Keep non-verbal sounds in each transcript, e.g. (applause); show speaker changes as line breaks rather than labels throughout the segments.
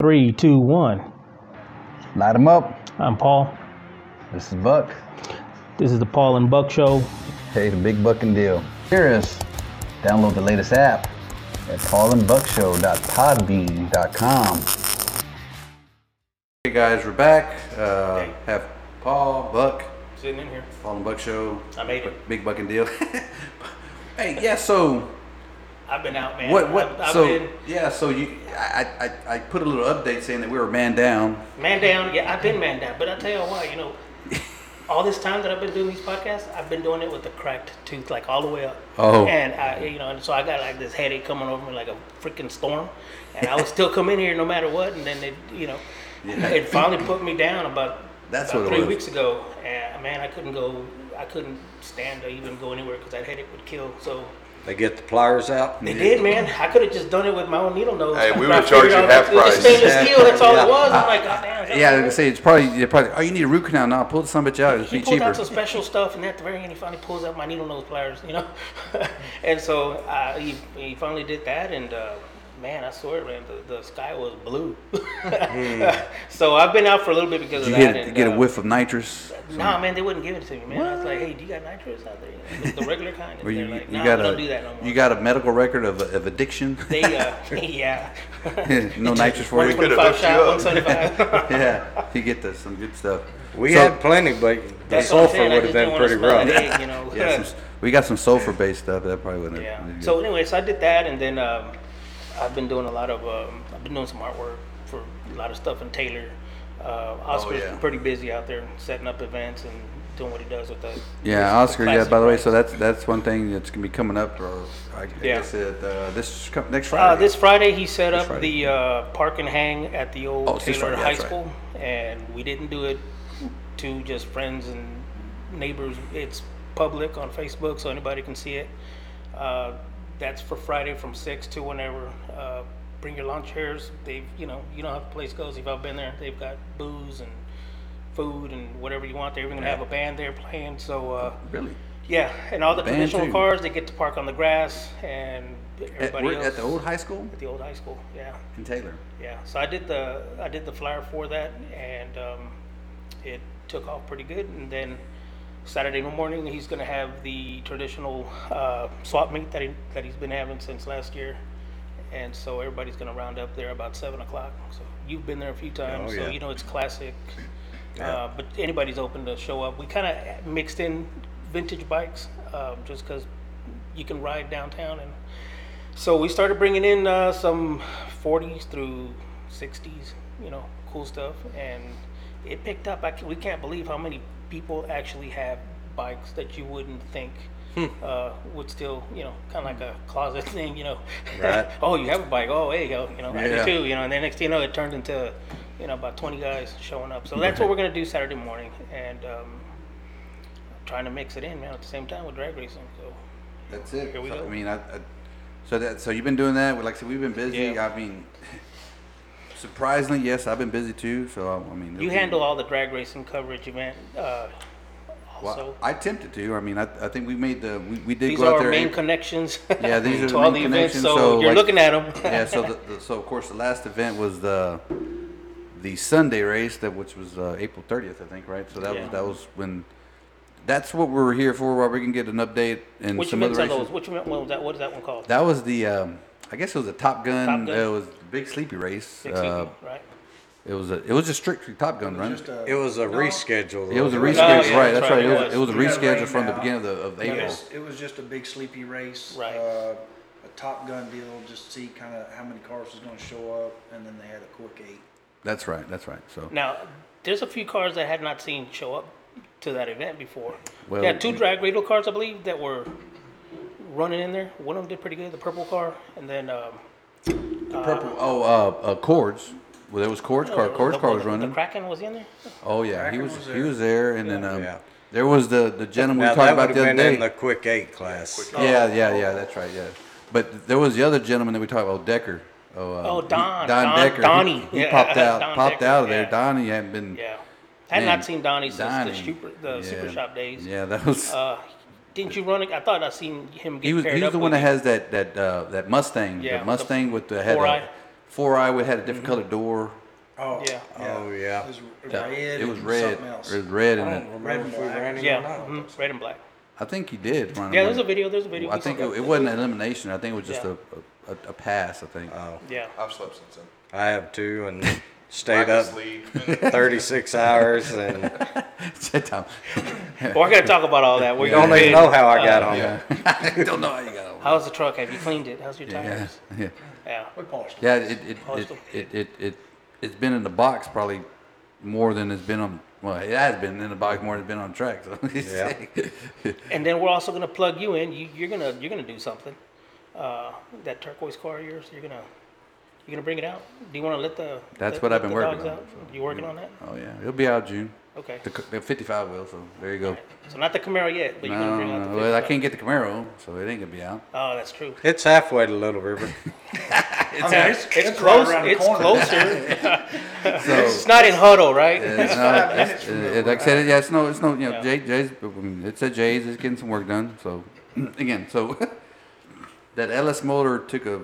Three, two, one.
Light them up.
I'm Paul.
This is Buck.
This is the Paul and Buck Show.
Hey, the big bucking deal. Hear us. Download the latest app at paulandbuckshow.podbean.com.
Hey guys, we're back. Uh, Have Paul, Buck,
Sitting in here.
Paul and Buck show.
I made it.
Big bucking deal. (laughs) hey, yeah. So
I've been out, man.
what? What?
I've, I've
so
been
yeah. So you, I, I, I put a little update saying that we were man down.
man down. Yeah, I've been man down. But I tell you what,
(laughs)
you know, all this time that I've been doing these podcasts, I've been doing it with a cracked tooth, like all the way up.
Oh.
And I, you know, and so I got like this headache coming over me like a freaking storm, and I would still come in here no matter what. And then it, you know,
Yeah.
it finally put me down about
That's
about
what it
three
was.
weeks ago. And man, I couldn't go. I couldn't stand to even go anywhere because that headache would kill. So
They get the pliers out.
They did, man. I could have just done it with my own needle nose.
Hey,
But
we would've
I figured
charged you
out
half
it's- It's
price.
stainless steel. That's all
Yeah.
it was.
(laughs)
I'm like, God damn. that's
Yeah,
all it
I was gonna
is."
say it's probably, they probably. Oh, you need a root canal now. Pull some bitch out. It'll
He
be
pulled
cheaper.
out some special stuff, and at the very end, he finally pulls out my needle nose pliers, you know. (laughs) and so uh, he, he finally did that, and uh, man, I swear, man, the, the sky was blue. (laughs) so I've been out for a little bit because
Hmm. Did you
of that.
get,
and,
get a
uh,
whiff of nitrous?
Nah, man, they wouldn't give it to me, man. I was like, hey, do you got nitrous out there? (laughs) The regular kind.
Or you,
They're like,
you
nah,
got
we
a
don't do that no more.
you got a medical record of, of addiction?
they, uh, (laughs) yeah.
(laughs) no nitrous for
We
you.
could- have
25
hooked you
shot,
up.
175.
(laughs) Yeah, you get the, some good stuff.
We
So-
had plenty, but (laughs) the
That's what I'm
sulfur
saying, I
would have
just
been
didn't wanna
pretty
smell
rough.
it, You know.
Yeah, some, we got some sulfur based stuff that probably wouldn't. have-
Yeah. So anyway, so I did that, and then um, I've been doing a lot of um, I've been doing some artwork for a lot of stuff in Taylor. Uh, Oscar's
Oh, yeah.
pretty busy out there setting up events and doing what he does with us.
yeah, Oscar. Yeah,
classic
by the way,
brands.
so that's that's one thing that's gonna be coming up, or I
Yeah.
guess it, uh, this com- next Friday.
Uh, this Friday, he set up
Friday.
the uh, park and hang at the old
Oh, it's this
Taylor
Friday,
High
that's right.
School, and we didn't do it to just friends and neighbors. It's public on Facebook, so anybody can see it. Uh, that's for Friday from six to whenever. Uh, bring your lawn chairs. They've, you know, you know how the place goes. If I've been there, they've got booze and food and whatever you want. They're even gonna have a band there playing. So. Uh,
really
yeah, and all the
Band
traditional
too.
cars they get to park on the grass, and
at,
everybody
we're
else
at the old high school
the old high school. Yeah,
in Taylor.
yeah. So I did the I did the flyer for that, and um, it took off pretty good. And then Saturday morning, he's going to have the traditional uh, swap meet that he, that he's been having since last year, and so everybody's going to round up there about seven o'clock. So you've been there a few times,
Oh,
so
yeah.
you know it's classic. Uh, but anybody's open to show up. We kind of mixed in vintage bikes, um, just because you can ride downtown and so we started bringing in uh, some 40s through 60s, you know, cool stuff, and it picked up. I can, we can't believe how many people actually have bikes that you wouldn't think uh, would still, you know, kind of like a closet (laughs) thing, you know.
Right.
(laughs) oh, you have a bike? Oh, hey, yo, you know, I do
Yeah.
too, you know. And then next thing you know, it turned into, you know, about 20 guys showing up. So that's what we're gonna do Saturday morning, and um, trying to mix it in, man, at the same time with drag racing. So
That's it.
Here we
so,
go.
I mean, I, I, so that so you've been doing that. Like I said, we've been (laughs) busy.
Yeah.
I mean, surprisingly, yes, I've been busy too. So I, I mean,
You
it'll be-
handle all the drag racing coverage event, uh,
Well,
also.
I attempted to. I mean, I, I think we made the we, we did
These
go
are
out
our
there.
main
and-
connections. (laughs)
Yeah, these are
to
the
all the
main
events,
connections,
so,
so,
you're
like-
looking at them.
(laughs) yeah. So, the, the, so of course, the last event was the the Sunday race that which was uh, April 30th, I think, right? So that
Yeah.
was that was when. That's what we were here for. While we can get an update
(laughs)
and
Which
some other
events are
races.
those? Which event? What was that? What is that one called?
That was the. Um, I guess it was a Top Gun.
Top Gun.
It was the Big Sleepy race.
Big
uh,
Sleepy, right?
It was a. It was just strictly Top Gun, right?
(laughs) It was a reschedule.
it was a
though.
reschedule,
Oh, yeah,
right?
that's right,
That's right.
it
It was,
was.
it was a
We got
reschedule
rain
from the
now.
beginning of, the, of
It
April.
was, it was just a big sleepy race.
Right.
Uh, a Top Gun deal, just see kind of how many cars was going to show up, and then they had a quick eight.
That's right. That's right. So
Now, there's a few cars that I had not seen show up to that event before.
Well,
yeah, two
we-
drag radio cars, I believe, that were running in there. One of them did pretty good, the purple car, and then um,
the purple. Oh, uh, uh, Cords. Well, there was Cords car.
the-
Cords
the-
car was
the-
running.
The Kraken was in there.
Oh yeah, he
Kraken
was,
was
he
there.
was there, and then um,
Yeah.
there was the the gentleman
Now
we talked
that would
about
have
the other
been
day.
in Oh. the quick eight class.
yeah, yeah, yeah. That's right. Yeah, but there was the other gentleman that we talked about, Decker. Oh, uh,
Oh,
he-
Don,
Don,
Don-
Decker. He-
Donnie.
He,
Yeah,
popped
(laughs)
out,
Don
popped
Decker,
out of there.
yeah.
Donnie hadn't been.
Yeah, I had
Man,
not seen Donnie since
Donnie.
the super the super
Yeah.
shop days.
Yeah, that was.
Uh, didn't you run? it? I thought I seen him get
he was
paired
he was
up
the one
with
that has that that uh, that
Yeah,
Mustang,
with
the
the Mm-hmm.
Mustang with the head
four-eye.
Four Eye would had a different colored door.
Oh,
Yeah.
Oh, yeah.
It was
Yeah,
red.
It was
and
red.
Something else.
It was red,
I
and
don't
it,
remember if we ran it
Yeah,
or not.
mhm, red and black.
I think you did. Run
Yeah,
away.
there's a video. There's a video.
I
We
think
saw
it,
that.
it wasn't an elimination. I think it was just
Yeah.
a, a, a pass. I think. (laughs)
Oh,
Yeah.
I've slept since then.
I have two and
(laughs)
stayed
Lack
up
of sleep.
(laughs)
36 hours
(laughs)
and
Said Tom.
Well, I gotta talk about all that. We're
don't
gonna
even
bid.
know how I got home.
yeah.
I (laughs) don't know how you got over.
How's the truck? Have you cleaned it? How's your
Yeah,
tires?
(laughs) yeah,
Yeah.
We polished it.
yeah. It it, it,
Awesome.
it it it it's been in the box probably more than it's been on. Well, it has been in the box more than it's been on track. So (laughs) yeah.
And then we're also gonna plug you in. You, you're gonna you're gonna do something. Uh, that turquoise car of yours. You're gonna you're gonna bring it out. Do you want to let the
That's
let-
what
let
I've been
the
working
dogs
on,
out?
so-
You working on that?
oh yeah, it'll be out June.
Okay.
The, c- the 55 will. So there you go.
So not the Camaro yet, but you're gonna
No,
bring out
no,
the.
well, I
55.
can't get the Camaro, so it ain't gonna be
(laughs)
out.
Oh, that's true.
It's halfway to Little River.
I mean, it's,
It's,
it's right
close.
around the
it's
(laughs)
corner.
closer.
So.
it's not in Huddle, right?
It's not-
five minutes
it's-
from
uh, Like I said, yeah, it's no, it's no, you know,
Yeah.
Jay, Jay's, I mean, it's at Jay's, it's getting some work done, so, (clears throat) again, so, (laughs) that LS motor took a,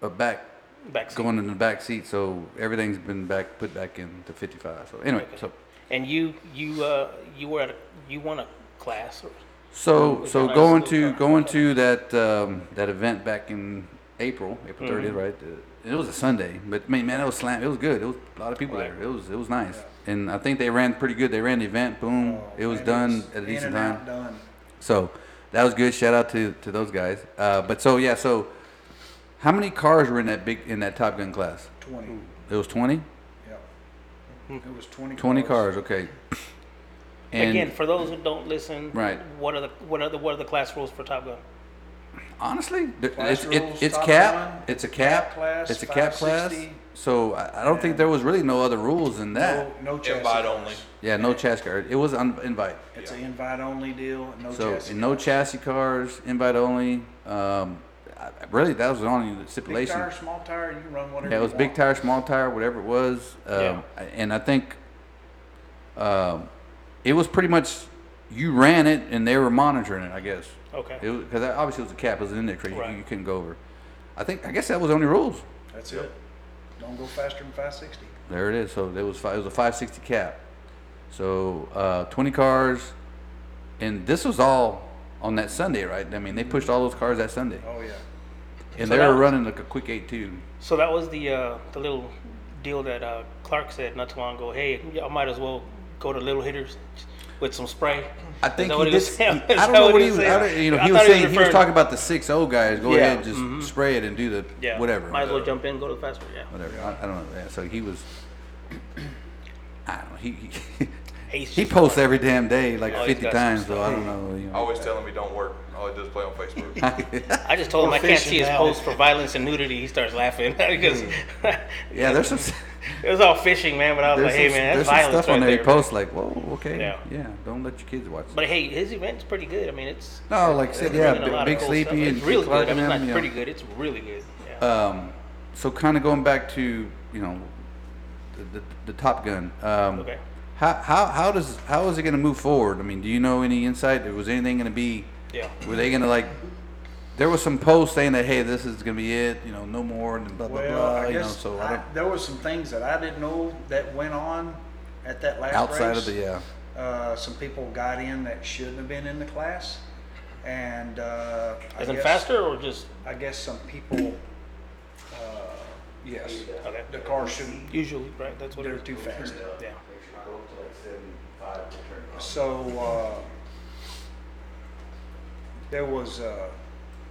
a back,
Back seat.
going in the back seat, so everything's been back, put back into fifty-five, so, anyway, so,
And you you uh, you were at a, you won a class. Or,
so, so
nice
going
little
to,
car.
going to that, um, that event back in April, April
Mm-hmm.
thirtieth, right? Uh, It was a Sunday, but, I mean, man, it was slam, it was good, it was a lot of people
Right.
there, it was, it was nice, and I think they ran pretty good, they ran the event, boom,
Oh,
it was
And
done
it's
at a
in
decent
and out
time.
Done.
So that was good. Shout out to to those guys. Uh, but so yeah, so how many cars were in that big in that Top Gun class?
Twenty.
It was 20?
Yep.
Hmm.
It was twenty.
20 cars. Okay. And
again, for those who don't listen,
Right.
What are the what are the what are the class rules for Top Gun?
honestly, th-
Class
it's it,
rules,
it's
Top
cap.
Gun,
it's a cap.
cap class,
it's a cap class.
560.
So I, I don't think there was really no other rules than that.
No, no chassis.
Invite
cars.
only.
yeah, no chassis cars. It was on invite.
It's an invite only deal. No
So
chassis.
and no chassis cars, invite only. Um, I- I- really, that was the only
Big
stipulation.
tire, small tire, you can run whatever.
Yeah, it
you
was big
want.
tire, small tire, whatever it was. Um, And I think um, it was pretty much you ran it and they were monitoring it, I guess.
Okay.
Because obviously it was a cap, it was an index race, you-
Right.
you, couldn't go over. I think I guess that was the only rules.
That's it. Don't go faster than five sixty.
There it is. So it was fi- it was a 560 cap. So uh, 20 cars, and this was all on that Sunday, right? I mean, they pushed all those cars that Sunday,
Oh yeah.
and
So
they
that-
were running like a quick eight two.
So that was the uh, the little deal that uh, Clark said not too long ago. Hey, y'all might as well go to Little Hitters with some spray.
I
Is
think
that
he
what
did.
was saying? (laughs) Is
I don't
that
know what he was. I
saying?
don't, you know,
I
he was
thought
saying he was
referring-
talking about the six O guys. Go
Yeah. mm-hmm.
ahead, and just spray it and do the
yeah,
whatever.
Might as well jump in, go to the fast food. Yeah.
Whatever. I, I don't know. Yeah, so he was. (clears throat) I don't know. He (laughs) he,
He's
he
just-
posts every damn day like
Oh, he's
fifty
got some
times. So I don't know. You know.
Always telling me don't work. All I do is play
(laughs)
on Facebook.
I just told him I can't see his
Proficiency.
post for violence and nudity. He starts laughing (laughs) because
yeah, there's some.
(laughs) it was all fishing, man. But I was like,
Hmm. There's
hey,
some,
man, that's
there's some
violence
stuff
right
on there.
there.
He posts like, whoa, okay,
Yeah.
yeah. don't let your kids watch.
But hey, his event's pretty good. I mean, it's
no, like I said,
bringing
yeah,
a lot
Big,
of
Big
cool
Sleepy
stuff.
and
it's really
Clark
good. I mean,
and
it's not
them, you know.
pretty good. It's really good. Yeah.
Um, so kind of going back to you know the, the, the Top Gun. Um,
Okay.
How, how, how does how is it going to move forward? I mean, do you know any insight? Was anything going to be?
yeah.
Were they going to like? There was some posts saying that hey, this is going to be it. You know, no more and blah blah
Well,
blah.
I
uh, you know,
guess
so I
I-
don't,
there were some things that I didn't know that went on at that last
outside
race.
of the yeah.
uh, some people got in that shouldn't have been in the class, and uh, I
Isn't
guess,
faster or just
I guess some people. Uh, yes,
okay.
the car shouldn't.
usually right? That's what
They're
it
too fast.
is. Yeah.
So uh, there was, uh,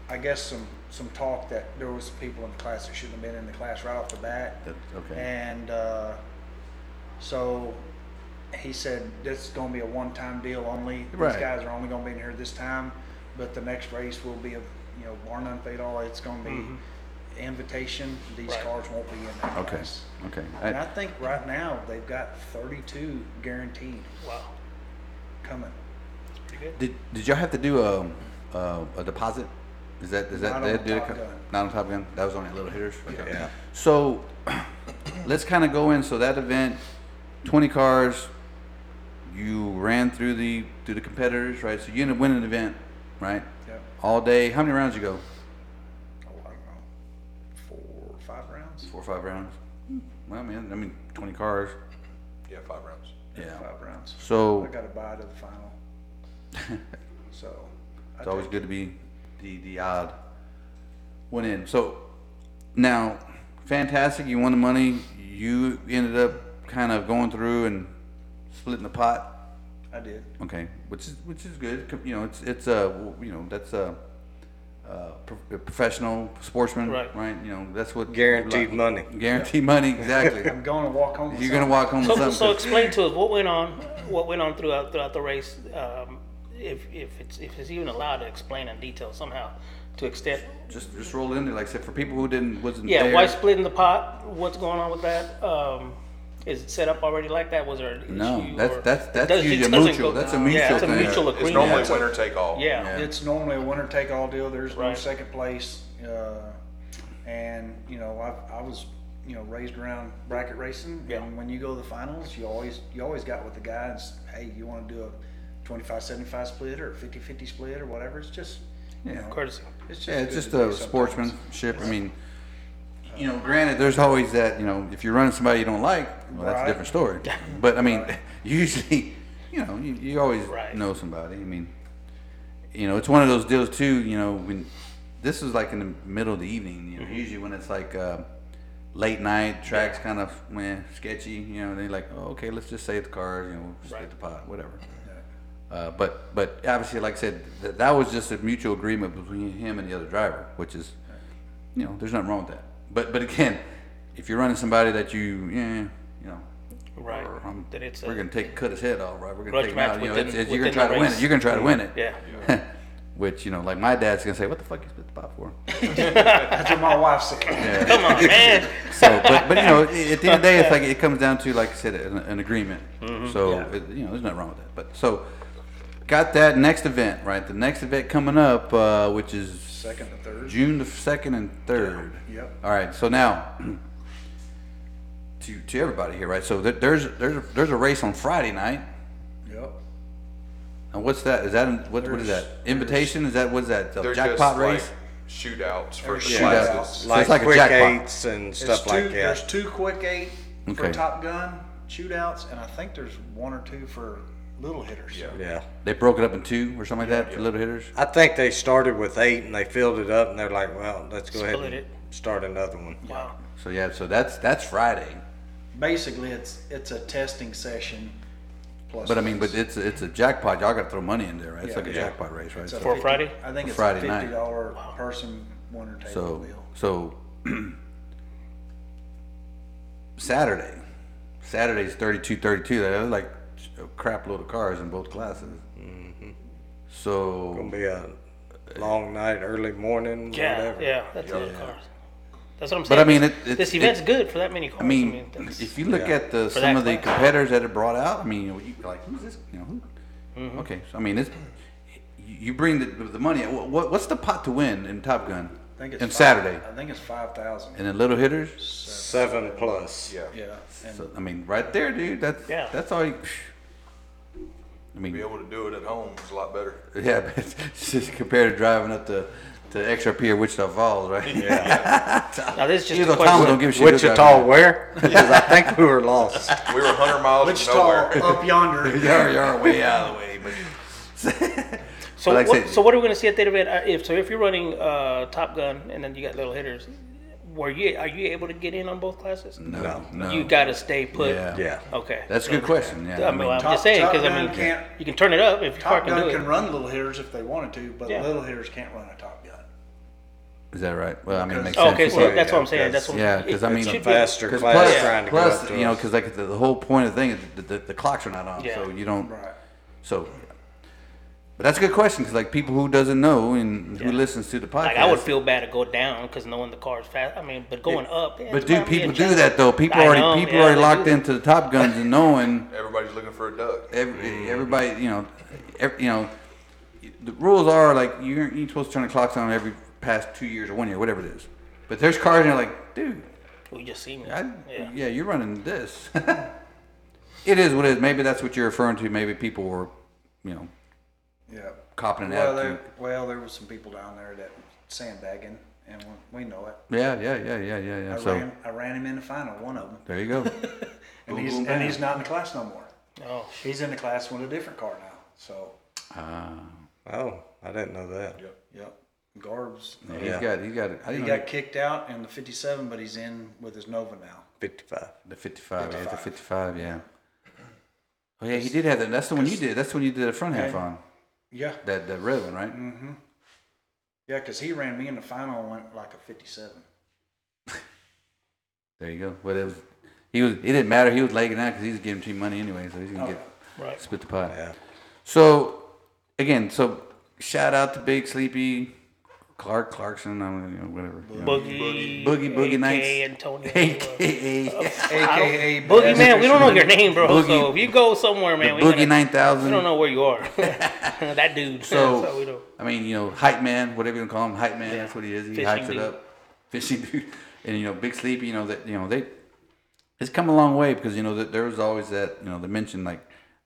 I guess, some some talk that there was people in the class that shouldn't have been in the class right off the bat.
That- okay.
And uh, so he said, this is going to be a one-time deal only.
Right.
These guys are only going to be in here this time, but the next race will be a, you know, bar none fade all. It's going to be invitation. These
Right.
cars won't be in that
Mm-hmm. Okay.
class.
Okay.
And
I,
I think right now they've got 32 guaranteed
Wow.
coming.
Pretty good.
did did y'all have to do a a, a deposit? Is that is
Not
that
on
they
the
did it
Top
co-
Gun.
not on Top Gun? That was only little hitters. Okay.
Yeah.
So (clears throat) let's kind of go in. So that event, 20 cars. You ran through the through the competitors, right? So you ended up winning the event, right?
Yep.
All day. How many rounds you go?
Oh, I don't know, four or five rounds.
or five rounds. Well, man, I mean, 20 cars.
Yeah, five rounds.
Yeah.
five rounds.
So
I got to buy to the final.
(laughs)
So, I
It's always good to be the the odd one in. So now, fantastic. You won the money. You ended up kind of going through and splitting the pot.
I did.
Okay, which is which is good. Co- You know, it's it's a you know that's a, uh pro- a professional sportsman,
Right.
Right. You know, that's what
Guaranteed money.
Guaranteed money.
(laughs)
Exactly.
I'm going to walk home. with
You're gonna walk home with
So,
something.
so explain to us what went on, what went on throughout throughout the race. Um, if if it's if it's even allowed to explain in detail somehow, to extent.
just just roll in there. Like I said, for people who didn't wasn't
Yeah,
there.
why splitting the pot? What's going on with that? Um, is it set up already like that? Was there an issue?
No, that's-
or-
that's-
it
that's
does- it
usually a
doesn't
mutual-
go-
that's a
yeah,
mutual
it's a
thing.
mutual
It's
agreement.
normally
yeah.
winner take all.
yeah.
It's normally a winner take all deal. There's no
Right.
second place. Uh, and, you know, I, I was, you know, raised around bracket racing.
Yeah.
And when you go to the finals, you always, you always got with the guys, hey, you want to do a 25 75 split or 50 50 split or whatever. It's just, you know,
courtesy.
it's just,
Yeah, it's
good
just
to do
a
sometimes.
sportsmanship. I mean, you know, granted, there's always that, you know, if you're running somebody you don't like, well, that's a
Right.
different story. But I mean, (laughs) usually, you know, you, you always
Right.
know somebody. I mean, you know, it's one of those deals too. You know, when this is like in the middle of the evening, you know,
Mm-hmm.
usually when it's like uh, late night, tracks kind of meh, sketchy. You know, they like, oh, okay, let's just save the cars. You know, split
Right.
the pot, whatever. Uh, but but obviously, like I said, th- that was just a mutual agreement between him and the other driver, which is, you know, there's nothing wrong with that. But but again, if you're running somebody that you yeah, you know,
Right.
or I'm-
Then it's
we're
a-
gonna take cut his head off, right? We're gonna
Grudge
take him
match
out. You know,
within-
it's, it's, you're gonna
within
try
the
to win
race.
it. You're gonna try to win it.
Yeah.
(laughs) Which you know, like my dad's gonna say, "What the fuck you spit the pot
(laughs)
for?"
That's what my wife said.
(laughs) Come on,
(laughs)
man.
So, but but you know, at the end of the day, it's like it comes down to like I said, an, an agreement.
Mm-hmm.
So it, you know, there's nothing wrong with that. But so, got that next event right. The next event coming up, uh, which is
Second to third.
June the second and third.
Yep.
All right. So now, (clears throat) to to everybody here, right? So there, there's there's a, there's a race on Friday night.
Yep.
And what's that? Is that in- what? What is that?
There's-
Invitation? Is that what's that? The
They're
jackpot
just
race?
like shootouts for the
They're
classes.
shootouts.
So
Like,
it's like a
quick
jackpot.
eights and
There's
stuff
two,
like
There's
that.
two quick eight
Okay.
for Top Gun shootouts, and I think there's one or two for little hitters.
Yeah.
Yeah.
They broke it up in two or something like that for little hitters.
I think they started with eight and they filled it up and they're like, well, let's go ahead
Split
and start another one.
Wow.
So yeah. So that's that's Friday.
Basically, it's it's a testing session. Plus,
But I mean, but
it's
it's it's a jackpot. Y'all got to throw money in there, right? It's
Yeah.
like a
Yeah.
jackpot race, right?
a
For
So,
50
Friday?
I think it's
Friday
a
night.
fifty dollar person winner table
so,
deal.
so (clears throat) Saturday, Saturday's thirty-two, thirty-two. That was like a crap load of cars in both classes.
Gonna
So
be a long night, early morning,
Yeah,
whatever.
yeah, that's a lot of cars. That's what I'm saying.
But I mean, it- it-
this
it-
event's good for that many cars.
I mean,
that's-
if you look
yeah.
at the
For
some
that
of the
class.
competitors that it brought out, I mean, you you're like who's this? You know, who?
Mm-hmm.
Okay, so I mean, it's you bring the the money. What, what's the pot to win in Top Gun?
I think it's
in
five-
Saturday,
I think it's five thousand.
and then little hitters.
Seven plus.
Yeah.
Yeah, and
So, I mean, right there, dude. That's
Yeah.
that's all. You, I
Be
mean,
able to do it at home is a lot better.
(laughs) yeah, but it's just compared to driving up to to XRP or Wichita Falls, right? (laughs) Yeah.
now this is just
Even
a
though Tom
question.
don't give a shit. he'll drive (laughs)
Wichita
you.
(laughs)
where? Because I think we were lost.
We were 100 miles
which
from nowhere.
up yonder.
You're, you're way out of the way, but
So,
But like I
what,
said-
so what are we going to see at the event? Uh, If so, if you're running uh, Top Gun and then you got little hitters, were you are you able to get in on both classes?
no, no.
You got to stay put.
Yeah.
(laughs) Yeah.
Okay.
That's a good question. Yeah.
I mean, I'm
Top-
just saying because
Top
I mean,
Gun can't-
you can turn it up if your car
Top
can do
Gun
it.
can run little hitters if they wanted to, but
Yeah.
little hitters can't run a Top Gun.
is that right? Well, I mean, it makes
Oh,
sense.
okay, so
Right,
that's
yeah,
what I'm saying. That's what
yeah, because I
it
mean,
should be-
Faster
'Cause
class
plus,
trying to go up
plus,
to
you know,
us.
because like the, the whole point of the thing is the, the, the clocks are not on,
Yeah.
so you don't.
Right.
So, but that's a good question because like people who doesn't know and who
Yeah.
listens to the podcast,
Like I would feel bad to go down because knowing the car's fast. I mean, but going up. yeah,
But
it's
do
probably a
people do
challenge.
that though? People
I
already
know,
people
yeah,
already
they
locked
do.
into the Top Guns and knowing
Everybody's looking for a duck.
every, everybody, you know, ev you know, the rules are like you're, you're supposed to turn the clocks on every past two years or one year, whatever it is. But there's cars and you're like, dude,
We just seen it.
I, yeah.
yeah.
you're running this. (laughs) it is what it is. Maybe that's what you're referring to. Maybe people were, you know,
Yeah.
copping an
Well,
attitude.
there, well, there was some people down there that sandbagging and we, we know it.
Yeah, yeah, yeah, yeah, yeah, yeah.
I
So
ran, I ran him in the final, one of them,
there you
(laughs)
go.
and he's
boom,
and
bam.
he's not in the class no more.
Oh,
He's in the class with a different car now. So,
Ah,
Oh, I didn't know that.
yep, Garb's.
yeah, he's
Yeah.
got he's got. I
He
didn't know
got kicked out in the 57, but he's in with his Nova now.
55.
the 55, Yeah, the fifty-five.
(laughs)
Yeah. Oh yeah, he did have that. That's the one you did. That's the one you did the front half
Okay.
on.
Yeah, Mm-hmm.
That that red one, right?
yeah, because he ran me in the final and went like a 57.
There you go. But it was he was. It didn't matter. He was legging out because he was giving team money anyway, so he's
Oh.
gonna get
right.
split the pot.
Yeah.
So again, so shout out to Big Sleepy, Clark Clarkson. I don't know, whatever. you know.
Boogie,
Boogie Boogie
AK,
Nights.
Antonio.
AKA
(laughs) AKA
AKA
Boogie man, we don't know your name, bro.
Boogie-
so if you go somewhere,
the
man, we,
Boogie
gonna-
Nine
we
Thousand.
don't know where you
(laughs)
are. (laughs) that dude.
So,
we don't.
I mean, you know, hype man, whatever you call him, hype man. That's what he is. He
Fishing
hypes
dude.
it up, fishing dude, (laughs) and you know, big sleepy. You know that you know they. It's come a long way because you know that there was always that you know the mention like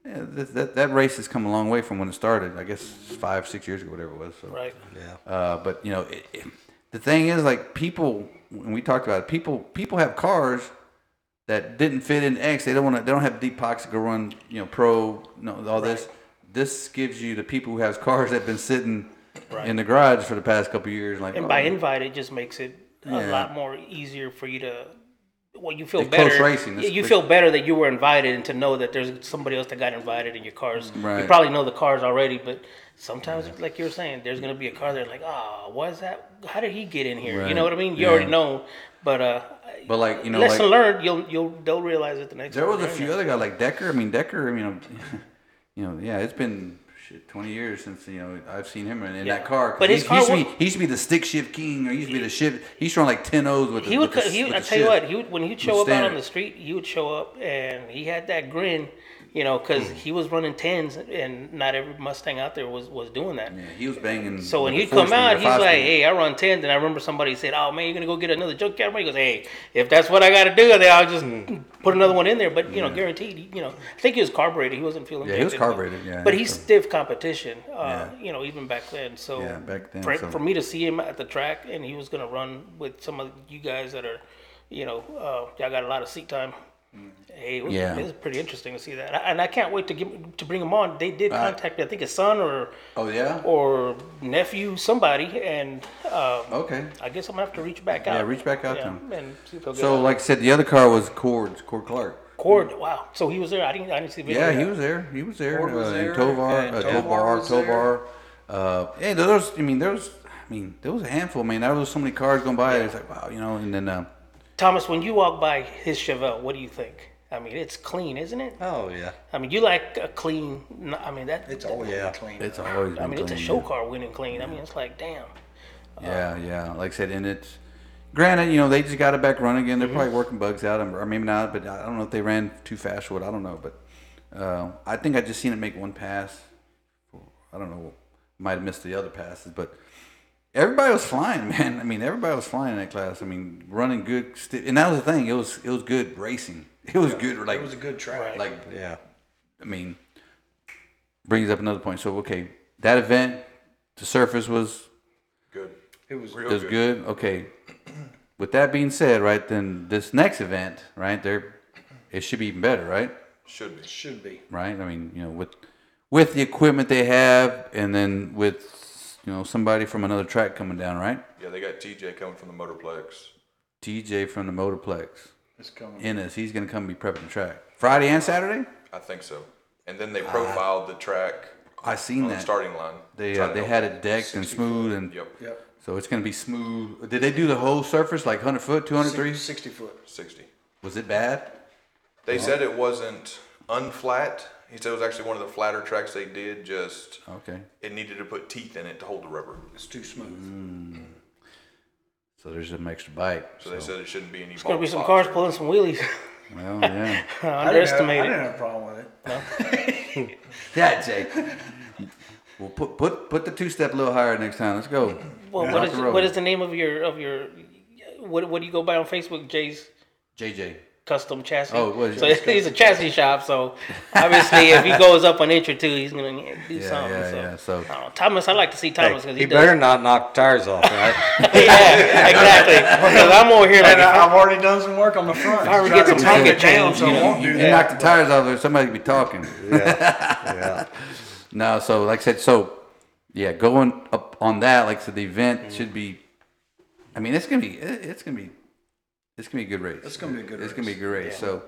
yeah, that, that that race has come a long way from when it started. I guess five six years ago, whatever it was. So.
Right.
Uh, but you know, it, it, the thing is, like people, when we talked about it, people, people have cars that didn't fit in X. They don't want to. They don't have deep pockets to go run. You know, pro, no, all this. This gives you the people who has cars that been sitting in the garage for the past couple of years. Like,
And
oh,
by invite, it just makes it a
Yeah.
lot more easier for you to. Well, you feel
It's
better.
close racing.
You-
It's-
you feel better that you were invited, and to know that there's somebody else that got invited in your cars. You
Right.
probably know the cars already, but sometimes, like you were saying, there's gonna be a car that's like, ah, why is that? How did he get in here? You
Right.
know what I mean? You
Yeah.
already know, but uh,
but like you know,
lesson
like,
learned. You'll you'll they'll realize it the next.
there
time
was a
they're in
few
there.
other guys like Decker. I mean, Decker. I mean, um, (laughs) you know, yeah, it's been. shit, Twenty years since you know I've seen him in in
Yeah.
that car. 'Cause
But his
he,
car
he, used to
wa-
be, he used to be the stick shift king, or he used to be the shift. He's throwing like ten O's with the.
He would.
with
co-
the-
He.
with
would-
the
I tell you
shift.
what. He would when he would show up out on
standard.
the street. He would show up and he had that grin, you know,
Hmm.
because he was running tens and not every Mustang out there was was doing that.
Yeah, he was banging.
So when
with
he'd
the four
come out,
speed,
he's
the five
like,
speed.
"Hey, I run tens." And I remember somebody said, "Oh man, you're gonna go get another junkyard run." He goes, "Hey, if that's what I got to do, then I'll just put another one in there." But you know, guaranteed. he- You know, I think he was carbureted. He wasn't feeling.
Yeah, he was
good, but-
carbureted, yeah,
but
he
he's
was
stiff competition. Uh, You know, even back then. So
Yeah, back then,
for,
so-
for me to see him at the track and he was gonna run with some of you guys that are, you know, uh, y'all got a lot of seat time. Hey, it was,
Mm. Yeah.
it was pretty interesting to see that, and I can't wait to get to bring him on. They did contact me, I think his son or
"Oh yeah,
or nephew, somebody, and um,
okay."
I guess I'm gonna have to reach back out.
Yeah, reach back out to
Yeah,
him.
And see if he'll get
So
out.
like I said, the other car was Cord Cord Clark.
Cord, wow. So he was there. I didn't, I didn't see the video.
Yeah, he was there. He was there.
Cord was
uh,
there,
And Tovar,
and
uh,
Tovar
Tovar,
was there.
Tovar. Uh, yeah, there was. I mean, there was. I mean, there was a handful. I mean, there was so many cars going by. It's like wow, you know. And then uh,
Thomas, when you walk by his Chevelle, what do you think? I mean, it's clean, isn't it?
Oh, yeah.
I mean, you like a clean. n- I mean, that.
It's always
Yeah.
been clean.
it's always. Been
I mean, it's a
clean,
show
yeah.
car winning clean. I mean, it's like damn.
Yeah, yeah. Like I said, and it's granted, you know, they just got it back running again. They're
Mm-hmm.
probably working bugs out, or maybe not. But I don't know if they ran too fast or what. I don't know, but uh, I think I just seen it make one pass. I don't know. Might have missed the other passes, but everybody was flying, (laughs) man. I mean, everybody was flying in that class. I mean, running good, sti and that was the thing. It was it was good racing. It was good. Like
It was a good track.
like
Yeah.
I mean, brings up another point. So okay, that event, the surface was
Good.
It was
Real
it was good. Okay. With that being said, right then, this next event, right there, it should be even better, right?
Should be.
should be.
Right. I mean, you know, with with the equipment they have, and then with you know somebody from another track coming down, right?
Yeah, they got TJ coming from the Motorplex.
TJ from the Motorplex,
It's coming.
Ennis, he's gonna come be prepping the track Friday and Saturday.
I think so. And then they profiled the track
I seen
on the
that
starting line.
they
Tried
uh,
to
they had
help.
it decked and smooth, and
Yep.
Yep.
so it's gonna be smooth. Did they do the whole surface like hundred foot, two hundred
Six-
three?
60 foot.
Sixty.
Was it bad?
They said it wasn't unflat. He said it was actually one of the flatter tracks they did. Just
Okay.
it needed to put teeth in it to hold the rubber.
It's too smooth.
Mm.
So there's an extra bite.
So they said it shouldn't be any. It's
Gonna be
Oh,
some cars pulling some
(laughs)
wheelies.
Well,
(laughs)
yeah.
I didn't, have, I
Underestimated.
didn't have a problem (laughs) with it.
Yeah, Jake. well, put put put the two step a little higher next time. Let's go.
Well,
Rock
what is
and roll.
what is the name of your of your what what do you go by on Facebook? Jay's
JJ?
custom chassis.
Oh, it was.
so (laughs) he's a chassis shop. So obviously, if he goes up an inch or two, he's gonna do
Yeah,
something.
yeah,
so.
yeah, so-
I don't know. Thomas, I like to see
Hey,
Thomas because he,
he
does.
better not knock tires off,
(laughs)
right?
(laughs) yeah,
(laughs)
exactly. Because I'm over here like
And
if
I-
I
I've already done some work on the front.
I ever get some
Trying to
pocket
take it down
change,
so
you
I
know,
won't do
You
that,
knock the
but-
tires off there, somebody could be talking.
yeah, yeah.
No, so like I said, so yeah, going up on that, like I said, the event
Mm.
should be. I mean, it's gonna be, it- it's gonna be, it's gonna be a good race.
It's gonna be a good
It's gonna be
race.
a good race. So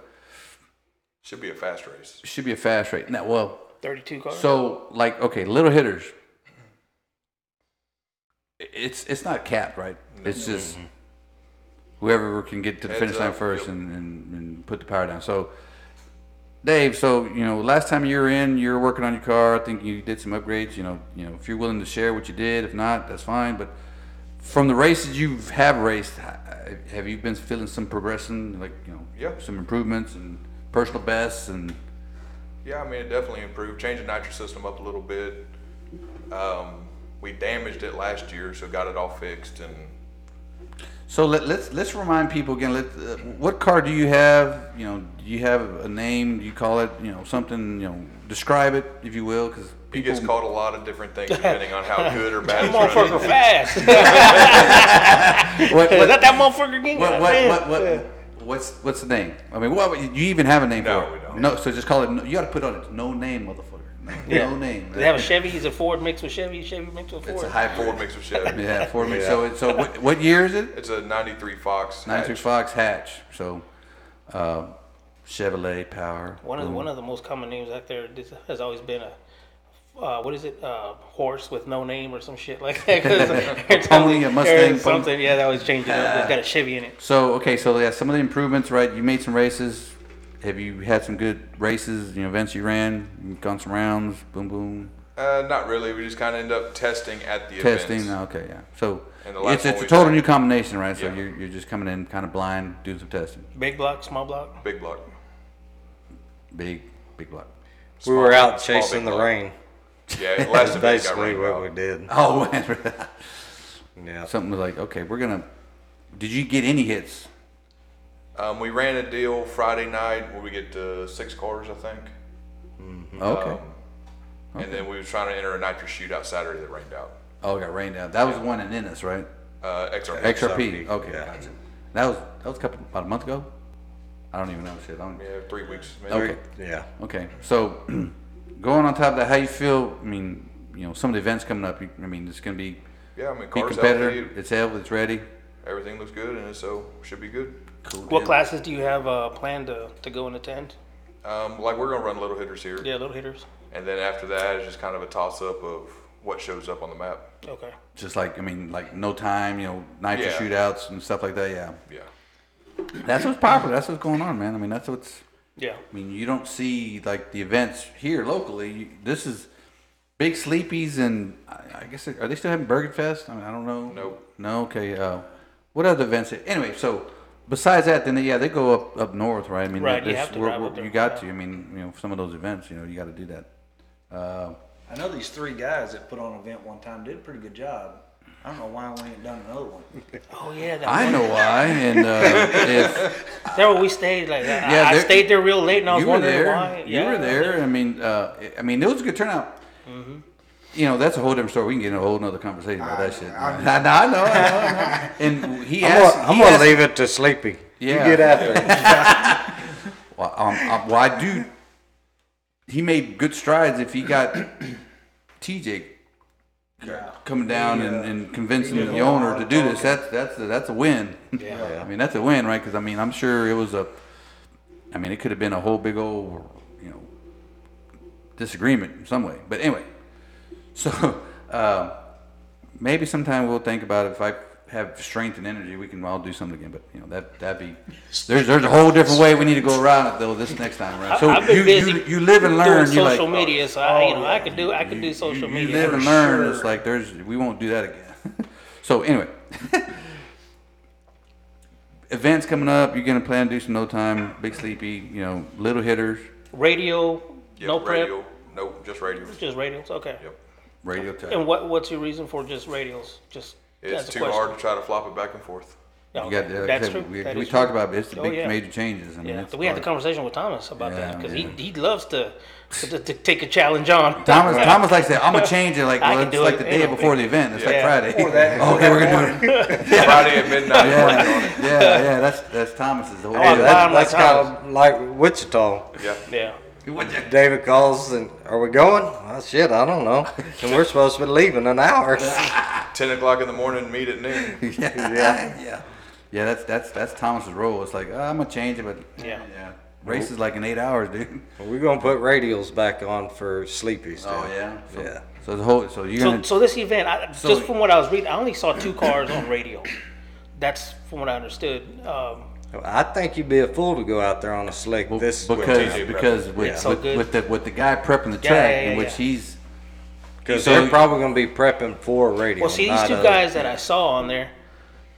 Should be a fast race.
it should be a fast rate. Now, well,
32 cars.
so like okay, little hitters. It's it's not capped, right? It's just whoever can get to the
Heads
finish line
up,
first
yep.
and, and, and put the power down. So, Dave, so you know, last time you were in, you were working on your car. I think you did some upgrades. You know, you know, if you're willing to share what you did, if not, that's fine. But from the races you have raced, ha- have you been feeling some progression, like you know,
Yeah.
some improvements and personal bests and
Yeah, I mean, it definitely improved. Changed the nitrous system up a little bit. Um, we damaged it last year, so got it all fixed. And
So let, let's let's remind people again. Let uh, what car do you have? You know, do you have a name? Do you call it? You know, something. You know, describe it if you will, because
he
people.
gets called a lot of
(laughs)
different things depending on how good or bad
That
it's (laughs) running.
motherfucker fast. Is
(laughs)
(laughs)
What, what,
that that motherfucker again?
what,
God
what,
damn.
what, what- what's what's the name? I mean, what do you even have a name
No,
for it?
we don't.
No, so just call it. no- You got to put on it. No name, motherfucker. No,
Yeah.
no name.
They have a Chevy. He's a Ford mixed with Chevy. Chevy mixed with Ford.
it's a
Ford
hybrid.
mix with Chevy.
Yeah, for me.
Yeah.
So it, so what, what year is
(laughs)
it?
It's a
(laughs)
'93 Fox.
Nine
hatch.
Fox hatch. So, uh, Chevrolet power.
One of the,
boom.
one of the most common names out there this has always been a uh, what is it? Uh, horse with no name or some shit like that. (laughs)
(laughs)
'Cause every time
Pony,
we-
a Mustang,
or something. Yeah, they always change it up. It's
(laughs)
got a Chevy in it.
So okay, so yeah, some of the improvements, right? You made some races. Have you had some good races? You know, events you ran, you gone some rounds, boom, boom,
Uh, not really. We just kind of end up testing at the
testing.
events.
Okay, yeah. So
And the
it's it's
last one
a
we
total
tried.
new combination, right? So
Yeah.
you're you're just coming in kind of blind, doing some testing.
Big block, small block.
Big block.
Big big block.
We were out
Small big
chasing the
block.
rain.
Yeah,
(laughs)
it (laughs) last event got
Basically,
rained
what we
out.
did.
Oh, (laughs)
Yeah.
something was like okay, we're gonna. Did you get any hits?
Um, we ran a deal Friday night where we get uh, six cars, I think,
Okay.
and then we was trying to enter a nitrous shootout Saturday that rained out.
oh, it got rained out. That was the one in Ennis, right?
Uh, XRP.
XRP.
XRP,
Okay,
yeah.
gotcha. That was that was a couple about a month ago. I don't even know shit. I don't,
Yeah, three weeks. Maybe.
Okay.
Yeah.
Okay, so (clears throat) going on top of that, how you feel? I mean, you know, some of the events coming up. you- I mean, it's going to be
Yeah, I mean,
be
cars
competitive.
healthy.
It's held. It's ready.
Everything looks good, and so should be good.
Cool.
What
deal.
classes do you have uh, planned to, to go and attend?
Um, like we're gonna run little hitters here,
Yeah, little hitters.
and then after that, it's just kind of a toss up of what shows up on the map.
Okay.
Just like I mean, like no time. You know, night
Yeah.
shootouts and stuff like that. Yeah,
Yeah.
that's what's popular. That's what's going on, man. I mean, that's what's.
Yeah.
I mean, you don't see like the events here locally. You, this is big sleepies and I, I guess are they still having Bergen Fest? I mean, I don't know.
Nope.
No. Okay. Uh, what other events? Anyway, so besides that, then yeah, they go up up north, right? I mean,
Right, you
this-
have to
we're-
drive
we're-
up there,
you got
yeah.
to. I mean, you know, some of those events, you know, you got to do that. Uh,
I know these three guys that put on an event one time did a pretty good job. I don't know why we ain't done another one.
Oh yeah. That
I
one-
know why, and uh,
(laughs)
if
There where we stayed. Like I-
Yeah,
I,
there-
stayed there real late, and I was
you were
wondering
there,
why.
you
Yeah, Mm-hmm.
were there. I mean, uh, I mean, it was a good turnout. You know, that's a whole different story. We can get into a whole nother conversation about that shit. I, know, I know, I know. And he
I'm
asked,
gonna, I'm
he
gonna
asked-
leave it to Sleepy.
Yeah.
You get after (laughs) it.
Well, um, I, well, I do. He made good strides if he got (clears throat) TJ coming down and, and convincing
did a
the
lot
owner to
of
do this. That's that's a, that's a win.
Yeah.
(laughs) I mean that's a win, right? Because I mean I'm sure it was a. I mean it could have been a whole big old you know disagreement in some way, but anyway. (laughs) So um maybe sometime we'll think about it. if I have strength and energy, we can all do something again. But you know that that'd be there's there's a whole different way we need to go around it though this next time around. So
I've been
you,
busy
you you live and learn.
Doing social
you like, Oh,
media, so I, you know, I could do, I could do social
you,
media.
You live
for
and learn.
sure.
It's like there's we won't do that again. (laughs) so anyway, events coming up. You're gonna plan to do some no time, big sleepy. You know, little hitters,
Radio,
Yeah,
no prep,
radio. Nope, just radio.
just radios. Okay.
Yep.
radio. Type.
And what what's your reason for just radios? Just
It's
as a
too
question.
hard to try to flop it back and forth.
No,
You got the, uh,
that's
that's
true.
We,
That
we
is true.
talked about it. it's the
Oh,
big
yeah.
major changes. I mean,
Yeah,
that's
we had the
part-
conversation with Thomas about that
Yeah,
because
yeah.
he, he loves to, to, to take a challenge on. (laughs)
Thomas Thomas likes that. I'm gonna change it. Like
I
well,
can
it's
do
like
it.
the
Ain't
day
no
before the
big-
event. It's
Yeah.
like Friday.
Or that-
oh, (laughs)
or
okay,
that
we're gonna
(laughs)
do it.
Friday at midnight.
Yeah, yeah, yeah. That's that's Thomas's whole.
I'm
deal.
glad I'm
That's-
That's
like
kind of like Wichita.
Yeah.
Yeah.
What
(laughs)
the-
David calls and are we going? Well, shit, I don't know. And we're supposed to be leaving an (laughs) hour.
10 o'clock in the morning, meet at
(laughs)
noon.
(laughs) yeah, yeah, yeah. That's that's that's Thomas's role. It's like uh I'm gonna change it, but
Yeah.
race is like in eight hours, dude.
we're gonna put radials back on for sleepies.
Oh
dude.
yeah, so,
Yeah.
So the whole so you're
So,
gonna
so this event, I,
So-
just from what I was reading, I only saw two cars on radio. That's from what I understood. Um,
I think you'd be a fool to go out there on a slick this
because
TJ
because with,
Yeah. So
with,
good.
with the with the guy prepping the
Yeah,
track
yeah, yeah,
in which
yeah.
he's
because
so-
they're probably gonna be prepping for a radio.
well, see, these
not
two
us.
guys that I saw on there,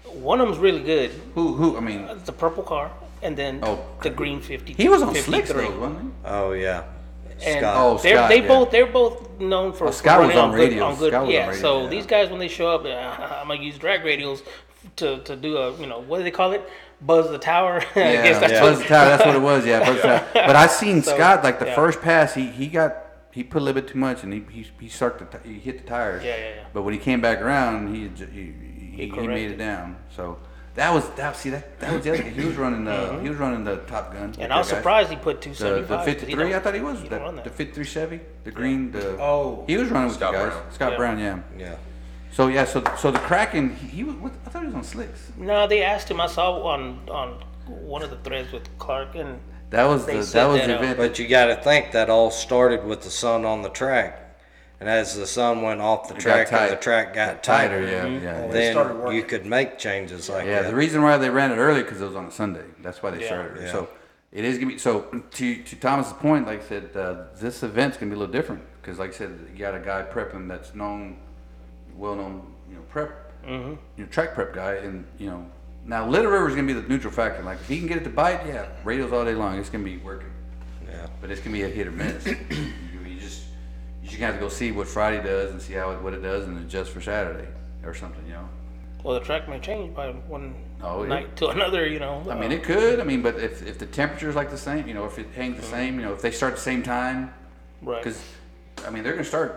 one of them's really good.
who who I mean
The purple car, and then
Oh,
the green fifty.
he was on
53.
slicks though, wasn't
Oh yeah,
And
Scott.
Oh,
they're,
Scott,
they
yeah.
both they're both known for
Oh, Scott was
running
on radio.
Good, on good,
Scott was on
yeah.
radio,
so
yeah.
these guys when they show up, (laughs) uh, I'm gonna use drag radios to, to do a you know what do they call it? Buzz the tower. (laughs)
he?
I guess that's
yeah.
what
Buzz Tower, that's what it was. Yeah,
(laughs)
Buzz Tower. But I seen
So,
Scott like the
yeah.
first pass he he got. He put a little bit too much, and he he, he started to he hit the tires.
Yeah, yeah, yeah.
But when he came back around, he adj- he, he, he made
corrected.
it down. So that was that. See that that was the other. thing. He was running the he was running the Top Gun.
Mm-hmm. And I was surprised he put two
The,
seventy
the
five.
53, I thought he was.
you
The,
don't run that.
the 53 Chevy, the green, the.
Oh.
He was running with
Scott
the guys.
Brown.
Scott
Yeah.
Brown, yeah.
yeah.
So, yeah, so so the Kraken, he, he was. What, I thought he was on slicks.
No, they asked him. I saw on on one of the threads with Clark and
That was
They
the,
said
that was
that,
the
uh,
event.
But you got to think that all started with the sun on the track, and as the sun went off the
got
track and the
tight.
track got
tighter,
tighter,
yeah,
Mm-hmm.
yeah. yeah.
They started
then
working.
you could make changes like
Yeah, the
that.
reason why they ran it early because it was on a Sunday. That's why they
Yeah.
started early.
Yeah.
So it is gonna be. So to to Thomas's point, like I said, uh, this event's gonna be a little different because, like I said, you got a guy prepping that's known, well known, you know, prep,
Mm-hmm.
you know, track prep guy, and you know, now Little River's gonna be the neutral factor. Like if he can get it to bite, yeah, radios all day long, it's gonna be working.
Yeah.
But it's gonna be a hit or miss. you, you just you just gonna have to go see what Friday does and see how it, what it does and adjust for Saturday or something, you know.
well, the track may change by one
Oh, yeah. Um,
night to another. You know.
I
Oh.
mean, it could. I mean, but if, if the temperature's like the same, you know, if it hangs
Mm-hmm.
the same, you know, if they start the same time,
right.
because, I mean, they're going to start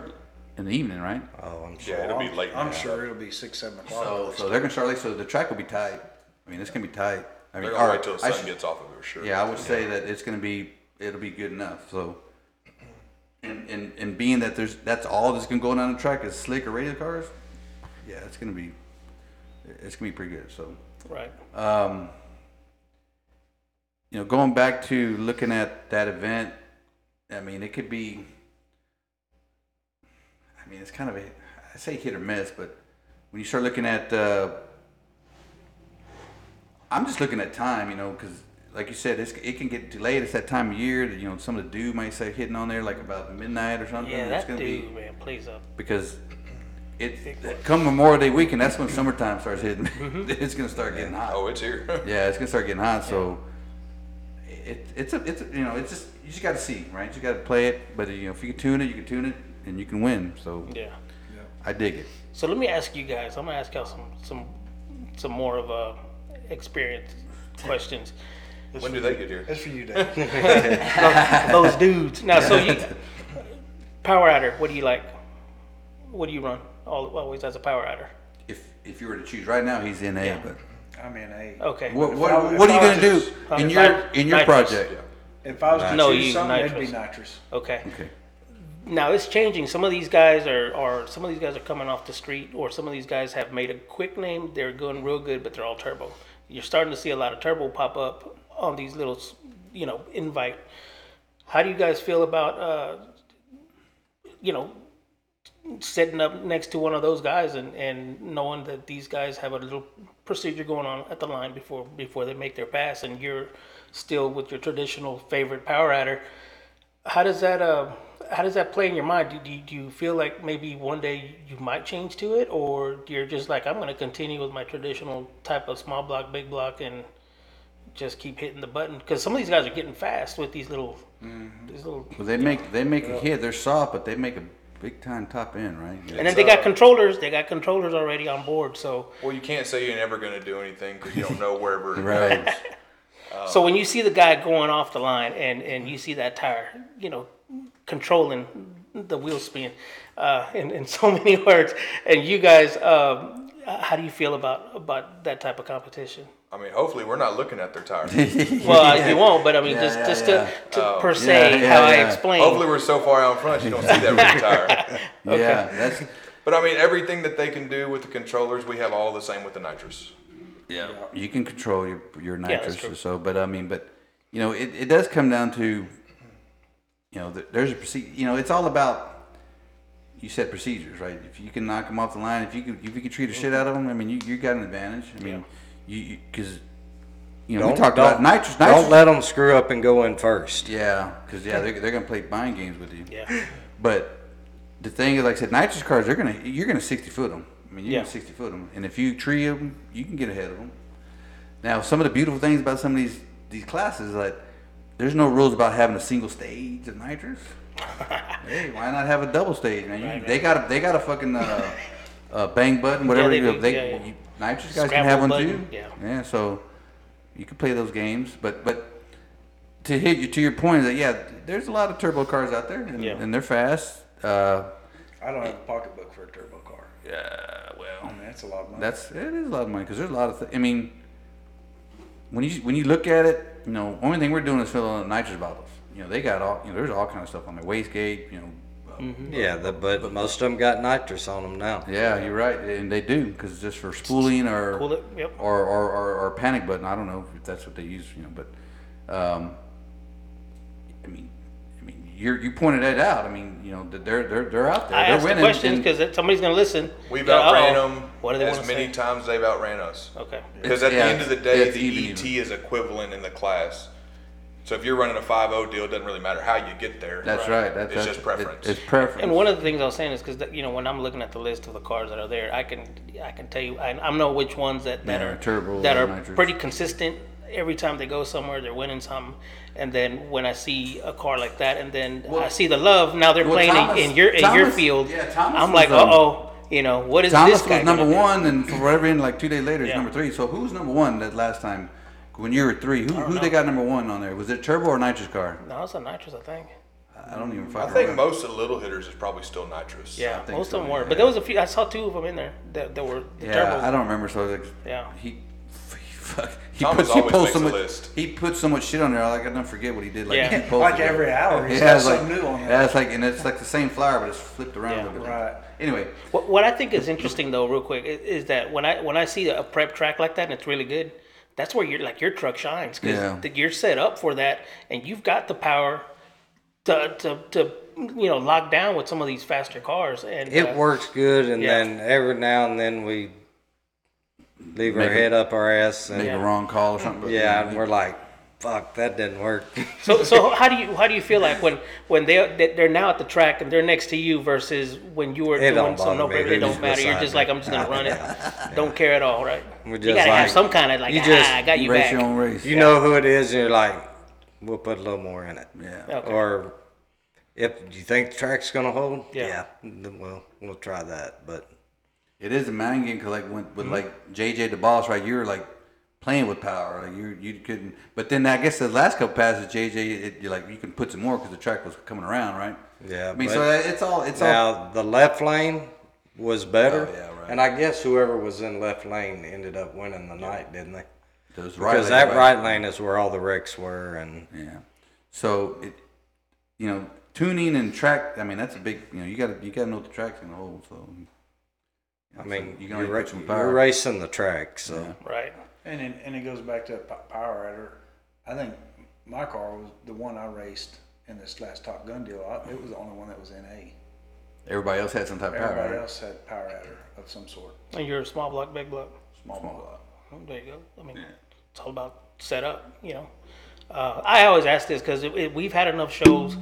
in the evening, right?
Oh, I'm sure.
Yeah, it'll be
I'm-
late.
I'm
now.
sure it'll be six, seven o'clock.
Oh.
So, so they're going to start late, so the track will be tight. I mean, it's going to be tight. I mean, all
They're going to
right,
wait till the
I
sun
should-
gets off of it, sure.
Yeah, I would say that it's going to be, it'll be good enough, so. And, and, and being that there's, that's all that's going to go on the track is slick or radio cars, yeah, it's going to be, it's going to be pretty good, so.
right.
um, you know, going back to looking at that event, I mean, it could be. I mean, it's kind of a, I say hit or miss, but when you start looking at, uh, I'm just looking at time, you know, because like you said, it's, it can get delayed. It's that time of year that you know some of the dew might say hitting on there like about midnight or something.
yeah,
it's
that dude
gonna be-
man plays up.
because it come Memorial Day weekend, that's when summertime starts hitting.
Mm-hmm.
(laughs) it's gonna start getting hot.
Oh, it's here. (laughs)
Yeah, it's gonna start getting hot. So it, it's a it's a, you know it's just you just got to see right. You just got to play it. But you know if you can tune it, you can tune it and you can win. So
Yeah.
I dig it.
So let me ask you guys. I'm gonna ask y'all some some some more of uh,
(laughs)
experience questions.
when do they get here?
That's for you, Dave.
(laughs) Those dudes. Now, so
(laughs)
you power outer. What do you like? What do you run? All, always as a power outer.
If if you were to choose right now, he's in A.
Yeah.
But
I mean, hey,
Okay.
what
If
what,
I- if
what are you
I uh,
gonna
was-
do in
if
your
I-
in your
nitrous.
project?
if I was to
No,
choose
you-
something, it'd
nitrous.
be nitrous.
Okay.
Okay.
Now it's changing. Some of these guys are, are some of these guys are coming off the street, or some of these guys have made a quick name. They're going real good, but they're all turbo. You're starting to see a lot of turbo pop up on these little, you know, invite. How do you guys feel about, uh, you know, setting up next to one of those guys and, and knowing that these guys have a little procedure going on at the line before before they make their pass, and you're still with your traditional favorite power adder how does that uh how does that play in your mind? Do, do, you- do you feel like maybe one day you might change to it, or you're just like I'm going to continue with my traditional type of small block, big block, and just keep hitting the button? Because some of these guys are getting fast with these little, these little.
Well, they make they make a hit. They're soft, but they make a big time top end, right?
(laughs)
And then they got controllers. They got controllers already on board. So,
Well, you can't say you're never going to do anything because you don't know wherever
(laughs)
it
Right.
goes.
so when you see the guy going off the line and and you see that tire, you know, controlling the wheel spin, uh, in in (laughs) so many words. And you guys, um, how do you feel about about that type of competition?
I mean, hopefully we're not looking at their
(laughs)
tires.
Well, you won't. But I mean,
Yeah,
just
yeah,
just
yeah.
to,
Oh.
to per se
Yeah, yeah,
how I
yeah.
explain.
hopefully we're so far out in front you don't see that rear
(laughs)
tire.
Yeah, that's
But I mean, everything that they can do with the controllers, we have all the same with the nitrous.
yeah. You can control your your
that's
nitrous
true.
or so, but I mean, but you know, it, it does come down to you know, th- there's a procedure. You know, it's all about you set procedures, right? If you can knock them off the line, if you can if you can treat the shit
Mm-hmm.
out of them, I mean, you you got an advantage. I mean, you because you, know we
Don't,
talked
don't,
about nitrous. nitrous
don't let them screw up and go in first.
Yeah, because yeah, they're, they're gonna play mind games with you.
Yeah.
But the thing is, like I said, nitrous cars, they're gonna you're gonna sixty foot them. I mean, you're
Yeah.
gonna sixty foot them, and if you tree them, you can get ahead of them. Now, some of the beautiful things about some of these these classes, like there's no rules about having a single stage of
(laughs)
nitrous. hey, why not have a double stage, man? You,
Right,
They got a they got a fucking uh, uh, bang button, whatever
they
you
do,
they,
yeah, yeah.
You, nitrous guys can have one
Scramble
too.
button, yeah.
yeah, so you can play those games, but but to hit you to your point is that yeah, there's a lot of turbo cars out there, and,
Yeah.
and they're fast. Uh,
I don't have a pocketbook for a turbo car.
yeah, well,
I mean, that's a lot of money.
that's it is a lot of money because there's a lot of. Th- I mean, when you when you look at it, you know, only thing we're doing is filling up nitrous bottles. You know, they got all you know. There's all kind of stuff on there, wastegate. You know, uh,
Mm-hmm.
Yeah, the, but most of them got nitrous on them now.
yeah, you're right, and they do because just for spooling or
Cool it, yep.
or, or, or or panic button. I don't know if that's what they use, you know, but um, I mean, I mean, you you pointed that out. I mean, you know, that they're they're they're out there.
I
they're
asked the
winning.
questions
and-
because somebody's gonna listen.
We've
Yeah,
outran
uh-oh.
them
What do they
as
wanna
many
say?
times they've outran us.
Okay.
Because at
Yeah,
the end of the day,
it's
the
even,
ET is equivalent in the class. So if you're running a 5.0 deal, it doesn't really matter how you get there.
that's right. That's,
it's
that's-
just preference.
It, it's preference.
And one of the things I was saying is because you know when I'm looking at the list of the cars that are there, I can I can tell you I, I know which ones that, that
Yeah,
are
turbo,
that are
nitrous.
pretty consistent. Every time they go somewhere, they're winning something. And then when I see a car like that, and then I
Well-
see the love, now they're
Well,
playing in-
Thomas-
in your in your
Thomas-
field.
yeah, Thomas
I'm
was,
like, uh
um,
oh, you know what is
Thomas
this guy
was number
gonna do?
one, and for whatever, and like two days later, he's
Yeah.
number three. So who was number one that last time? When you were three, who, who they got number one on there? Was it turbo or nitrous car?
No, it's a nitrous, I think.
I don't even.
I
fucking
think
remember.
most of the little hitters is probably still nitrous.
Yeah,
think
most
so,
of them were,
yeah.
but there was a few. I saw two of them in there that, that were the
Yeah,
turbo.
I don't remember. So like,
Yeah.
he, f- he fuck, he
Thomas
puts, he
always
posts so
makes
much.
a list.
He puts so much shit on there. Like I don't forget what he did. Like
Yeah.
he posted
like
it.
every hour, he's
Yeah,
got
it's like
something new on there.
yeah, it's like and it's like the same flower, but it's flipped around
Yeah.
a little bit.
Right.
Anyway,
What, what I think is interesting though, real quick, i- is that when I when I see a prep track like that and it's really good, that's where your like your truck shines because
Yeah.
you're set up for that and you've got the power to to, to you know lock down with some of these faster cars and
It
uh,
works good, and
Yeah.
then every now and then we leave our
Make a-
head up our ass, and
make
yeah,
a wrong call or something. But
and we're like, "Fuck, that didn't work." (laughs)
So so how do you how do you feel like when when they they- they're now at the track and they're next to you versus when you were
It
doing
don't
some no
bother me
brainer? It
who's
don't matter. You're
beside
just
me.
like I'm just gonna run it.
(laughs)
Don't care at all, right?
We're
you
just
gotta have
like-
some kind of like
you just
ah, I got you
you race
back.
your own race.
you know who it is, and you're like, "We'll put a little more in it,"
yeah.
Okay.
or if you think the track's gonna hold,
Yeah.
then well, we'll try that, but.
It is a mind game because like when, with like JJ the boss, right? You were like playing with power, like you you couldn't. But then I guess the last couple passes, JJ, it, you like you can put some more because the track was coming around, right?
Yeah,
I mean,
but-
so that- it's all it's all
Now the left lane was better,
Oh, yeah, right.
and I guess whoever was in left lane ended up winning the night, didn't they?
those right
Because
legs,
that right lane is where all the wrecks were, and
Yeah. So it, you know, tuning and track. I mean, that's a big. You know, you got to you got to know what the track's gonna hold. So
I mean,
so
you
you can only
are
put some power.
racing the track, so
Right.
And it, and it goes back to p- power rider. I think my car was the one I raced in this last Top Gun deal. I, it was the only one that was in A.
everybody else had some type of power.
Everybody
right?
else had power rider of some sort.
And you're a small block, big block.
Small, block.
Well, Oh, There you go. I mean, it's all about setup, you know. Uh, I always ask this because we've had enough shows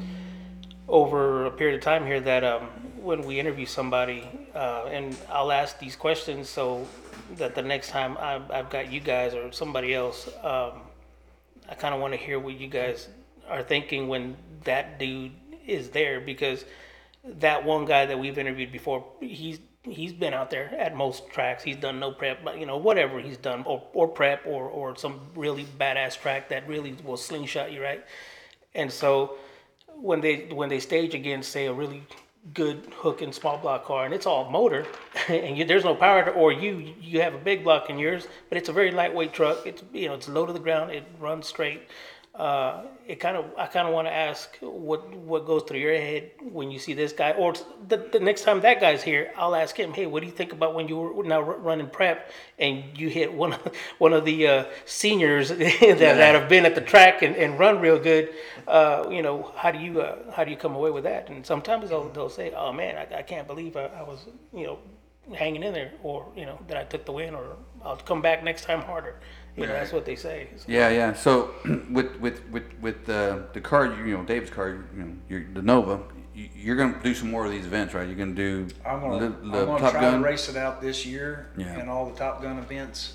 over a period of time here that um, when we interview somebody, uh, and I'll ask these questions so that the next time I've, I've got you guys or somebody else, um, I kind of want to hear what you guys are thinking when that dude is there because that one guy that we've interviewed before, he's he's been out there at most tracks. He's done no prep, but you know whatever he's done, or, or prep, or or some really badass track that really will slingshot you right. And so when they when they stage against say a really good hook and small block car and it's all motor (laughs) and you, there's no power to, or you you have a big block in yours but it's a very lightweight truck it's you know it's low to the ground it runs straight uh, it kind of I kind of want to ask what what goes through your head when you see this guy, or the, the next time that guy's here, I'll ask him, hey, what do you think about when you were now ru- running prep and you hit one of one of the uh, seniors (laughs) that, that have been at the track and, and run real good? Uh, you know, how do you uh, how do you come away with that? And sometimes they'll they'll say, oh man, I, I can't believe I, I was you know hanging in there, or you know that I took the win, or I'll come back next time harder. You know, that's what they say. So-
Yeah, yeah. So (clears throat) with with with with uh, the the card, you know, Dave's card, you know, your, the Nova, you, you're gonna do some more of these events, right? You're gonna do
I'm gonna,
the,
I'm
the
gonna
Top
try
Gun.
to race it out this year
Yeah.
in all the Top Gun events,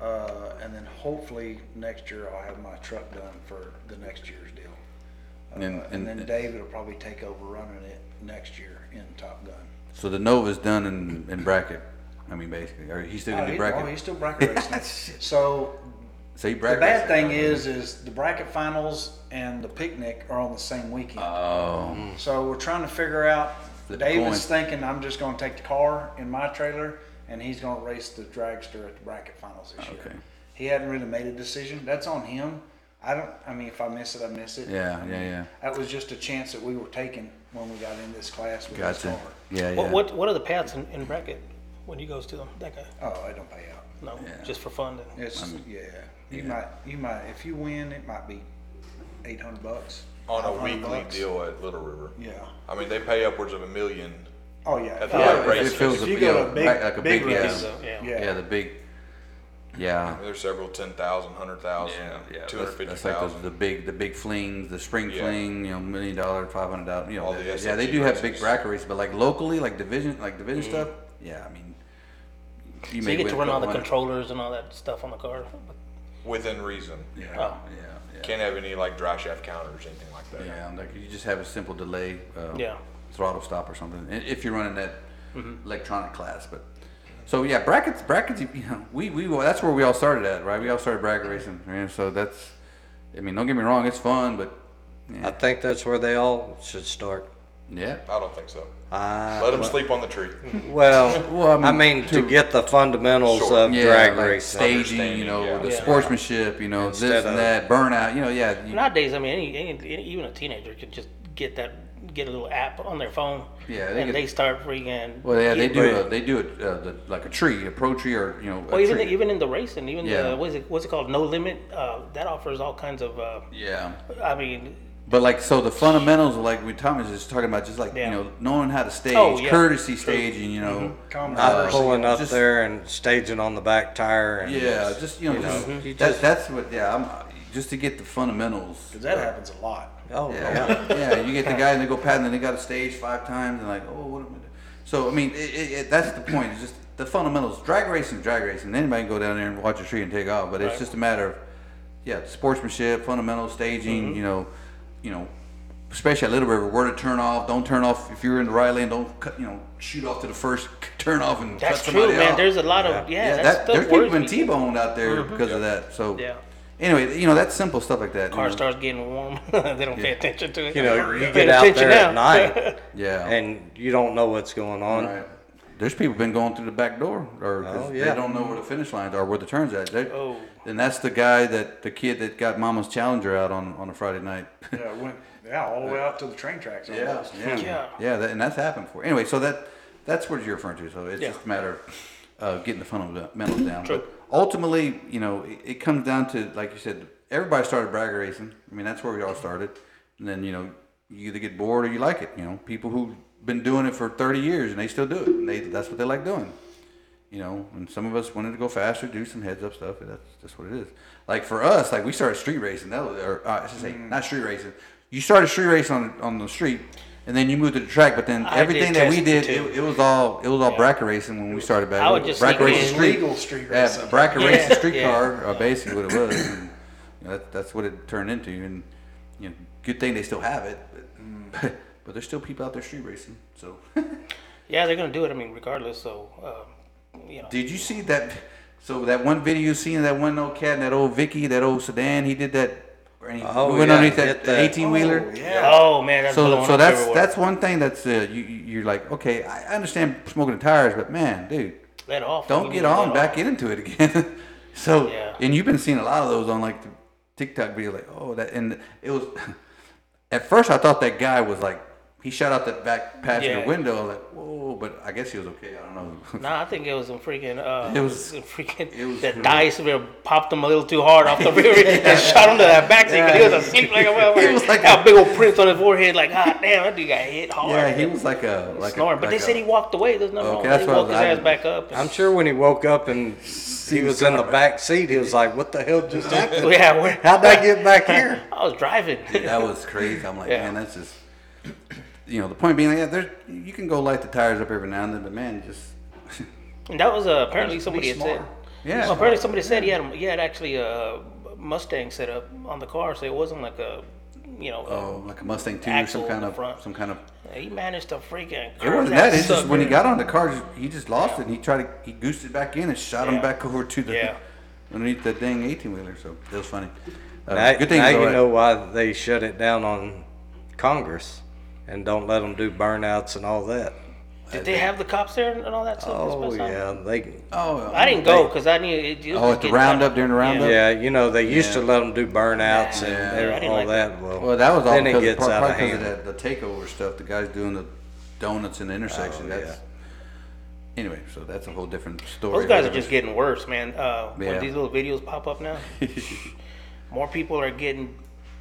uh, and then hopefully next year I'll have my truck done for the next year's deal. Uh,
And-
and,
and-
then David will probably take over running it next year in Top Gun.
So the Nova's done in, in bracket. I mean, basically, or he's still
Oh,
gonna do
he-
bracket.
oh, he's still bracket
(laughs)
racing. so
so he
the
bracket.
bad thing is, is the bracket finals and the picnic are on the same weekend.
Oh,
So we're trying to figure out.
Flip a
David's thinking I'm just going to take the car in my trailer, and he's going to race the dragster at the bracket finals this
Okay.
year. He hadn't really made a decision. That's on him. I don't. I mean, if I miss it, I miss it.
Yeah,
I mean,
yeah, yeah.
That was just a chance that we were taking when we got in this class with this
gotcha.
car.
Yeah, yeah.
What, what what are the paths in, in bracket when he goes to them? That guy?
Oh, it don't pay out.
No,
Yeah.
just for fun. Then.
It's yeah. You might. You might. If you win, it might be eight hundred bucks.
on a
500
weekly
bucks.
deal at Little River.
Yeah.
I mean, they pay upwards of a million.
Oh yeah.
At the
Yeah,
right
if
race.
it feels
If
a-
you go
yeah,
to a big-
right, like a
big
big, yeah,
race.
So, yeah.
Yeah.
yeah, the big, yeah.
There's several ten thousand, hundred thousand,
Yeah, yeah. That's,
two hundred fifty
that's like those, the
thousand.
big, the big flings, the spring
Yeah.
fling, you know, million dollar, five hundred dollar, you know,
All
they-
the
yeah, they
SMG
do have big
races.
bracket races, but like locally, like division, like division stuff, yeah, I mean,
So
may
you get
win
to
a
run all the
couple
controllers and all that stuff on the car.
Within reason.
hundred.
Oh.
Yeah, yeah, yeah,
Can't have any like dry shaft counters, anything like that.
yeah. and, Like you just have a simple delay, uh,
Yeah.
throttle stop or something, i- if you're running that
Mm-hmm.
electronic class, but. So yeah, brackets, brackets. You know, we we that's where we all started at, right? We all started bracket racing, right? So that's, I mean, don't get me wrong, it's fun, but
I think that's where they all should start.
yeah,
I don't think so.
Uh,
Let them sleep on the tree.
well,
Well, I mean,
I mean to
to-
get the fundamentals
Sure.
of drag
like
racing.
staging, you know,
yeah.
the
Yeah.
sportsmanship, you know, this
Instead
and
of-
that, burnout, you know, yeah, you,
Nowadays, I mean, any, any, any- even a teenager could just get that, get a little app on their phone.
Yeah, they
and
get-
they start freaking.
well, yeah, they
getting-
do, a, they do it uh, the, like a tree, a pro tree, or you know, a
Well, even
tree.
the, even in the racing, even
Yeah.
the what's it what's it called? No limit. Uh, that offers all kinds of. Uh,
yeah,
I mean,
but like so the fundamentals, like we Thomas is talking about, just like
Yeah.
you know, knowing how to stage,
Oh, yeah. Mm-hmm.
courtesy staging, you know, Uh,
Common
Not
sense.
pulling up
just-
there and staging on the back tire. And
yeah, just you know, just,
know,
Mm-hmm.
you
that,
just-
that's what, yeah, I'm, just to get the fundamentals.
'Cause that happens a lot.
Oh, yeah.
Yeah, yeah. You get the guy and they go pad and then they got to stage five times and like, oh, what am I doing? So I mean, it, it, it, that's the point. It's just the fundamentals. Drag racing, is drag racing. Anybody can go down there and watch a tree and take off, but it's just a matter of yeah, sportsmanship, fundamentals, staging.
Mm-hmm.
You know, you know, especially at Little River, where to turn off. Don't turn off if you're in the right lane. Don't cut, you know, shoot off to the first (laughs) turn off and
that's
cut
true,
somebody
man.
off.
There's a lot of yeah.
yeah,
that's
that,
the
there's
words
people been
we-
T-boned out there because of that. So
Yeah.
Anyway, you know, that's simple stuff like that. you
Car
know.
starts getting warm. (laughs) they don't pay attention to it. (laughs)
You know, you
Paying
get out
attention
there at
now. (laughs)
night
Yeah.
and you don't know what's going on.
Right. There's people been going through the back door, or 'cause
Oh, yeah.
they don't know where the finish lines are, where the turns at. They-
Oh.
And that's the guy that the kid that got Mama's Challenger out on on a Friday night. (laughs)
Yeah, it went yeah all the way out to the train tracks. almost.
yeah,
Yeah.
yeah. That, and that's happened for anyway. So that that's what you're referring to. So it's
Yeah.
just a matter of uh, getting the fundamentals down. But ultimately, you know, it, it comes down to like you said, everybody started bragger racing. I mean, that's where we all started. And then you know, you either get bored or you like it. You know, people who've been doing it for 30 years and they still do it. And they that's what they like doing. You know, and some of us wanted to go faster, do some heads up stuff. And that's that's what it is. Like for us, like we started street racing. That was, or uh, I should say,
Mm.
not street racing. You started street racing on on the street, and then you moved to the track. But then
I
everything
did
that we did,
testing,
it,
too.
it was all it was all bracket racing when we started back.
I would just
bracket
sneak
racing
in.
street,
Legal street
Yeah,
racing.
bracket
Yeah,
racing
yeah.
street car, uh, basically what it was. And,
Mm.
you know, that, that's what it turned into, and you know, good thing they still have it. But, (laughs) But there's still people out there street racing. So, (laughs)
Yeah, they're gonna do it. I mean, regardless. So, um, you know,
did you see that? So that one video you seen, of that one old cat, and that old Vicky, that old sedan, he did that. And he
Oh,
went
yeah,
underneath
hit
that
the-
eighteen wheeler.
oh man, that's
So,
blowing
so
up
that's
everywhere.
that's one thing that's uh, you you- you're like okay I I understand smoking the tires but man dude
let off.
don't
You
get
let
on
off.
back into it again (laughs) so
Yeah.
and you've been seeing a lot of those on like the TikTok video like oh that and it was (laughs) at first I thought that guy was like he shot out that back passenger
Yeah.
window I'm like whoa but I guess he was okay I don't know
Nah, I think it was in freaking. Uh,
It
(laughs)
was-
in freaking.
it was
the
real.
dice were popped him a little too hard off the rear end
(laughs)
and shot him to that back seat. 'cause He was asleep like a motherfucker.
He was like
got
a-
big old prints on his forehead. Like, ah, damn, that dude got hit hard.
yeah he was like a like
snoring.
a,
but
like
they said
a-
he walked away. There's nothing wrong.
Okay,
with
that's
it. He
what I
walked
was-
his
I
ass
didn't-
back up. and-
I'm sure when he woke up and he was in the back seat, he was like, "What the hell just
(laughs)
happened?
yeah, where,
How'd I get back here?"
I was driving.
that was crazy. I'm like,
Yeah.
man, that's just you know the point being, yeah, there's you can go light the tires up every now and then, but man, just
And that was uh, apparently somebody had said.
smart.
yeah,
apparently somebody said he had he had actually a Mustang set up on the car, so it wasn't like a you know.
oh, like a Mustang two or
Axle
some
in
kind
the
of
front.
some kind of.
He managed to freaking.
It wasn't that. It's just when he got on the car, just, he just lost it. And he tried to he goosed it back in and shot
Yeah.
him back over to the
Yeah.
underneath the dang eighteen wheeler. So that was funny. Uh,
Now,
good thing
now
it's
you
all right.
know why they shut it down on Congress and don't let them do burnouts and all that.
Did they have the cops there and all that stuff? this
Oh
past time?
yeah, they.
Oh,
I didn't go because I knew. It, it was
Oh, at the
getting
roundup
kinda-
during the roundup.
Yeah, you know they used to let them do burnouts and
Yeah.
they-
Yeah, I didn't
all
like
that. Well,
Well, that was all
then
because,
it gets
probably,
out of
because of
hand.
that, the takeover stuff. The guys doing the donuts in the intersection.
Oh,
that's anyway. So that's a whole different story.
Those guys are just getting worse, man. Uh,
Yeah.
When these little videos pop up
(laughs)
now, more people are getting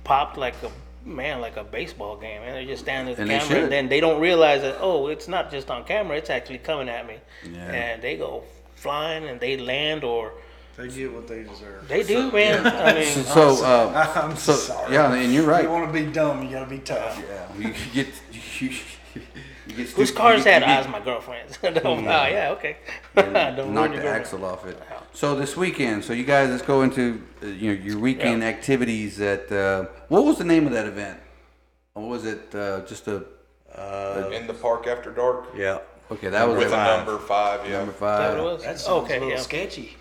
popped like a man, like a baseball game, man. They just stand at the
And they
camera,
should.
and then they don't realize that oh, it's not just on camera; it's actually coming at me.
Yeah.
And they go flying, and they land, or
They get what they deserve.
they do,
(laughs)
man. I mean,
so. Uh,
(laughs) I'm
so
sorry.
yeah, and you're right.
You want to be dumb, you got to be tough.
Yeah, you get (laughs) you, you get
whose
stupid-
cars
you
had
get- you get
eyes? Ah, My girlfriend's. (laughs) oh, wow, yeah, okay. (laughs) Don't ruin
Knock
your
the
girlfriend.
axle off it. So this weekend, so you guys, let's go into uh, you know your weekend
Yeah.
activities. At uh, what was the name of that event? Or was it uh, just a
in the park after dark
yeah.
okay? That was
with a
five.
number five. Yeah,
Number
Is that
five.
what it was?
That sounds
okay,
a little
yeah.
sketchy.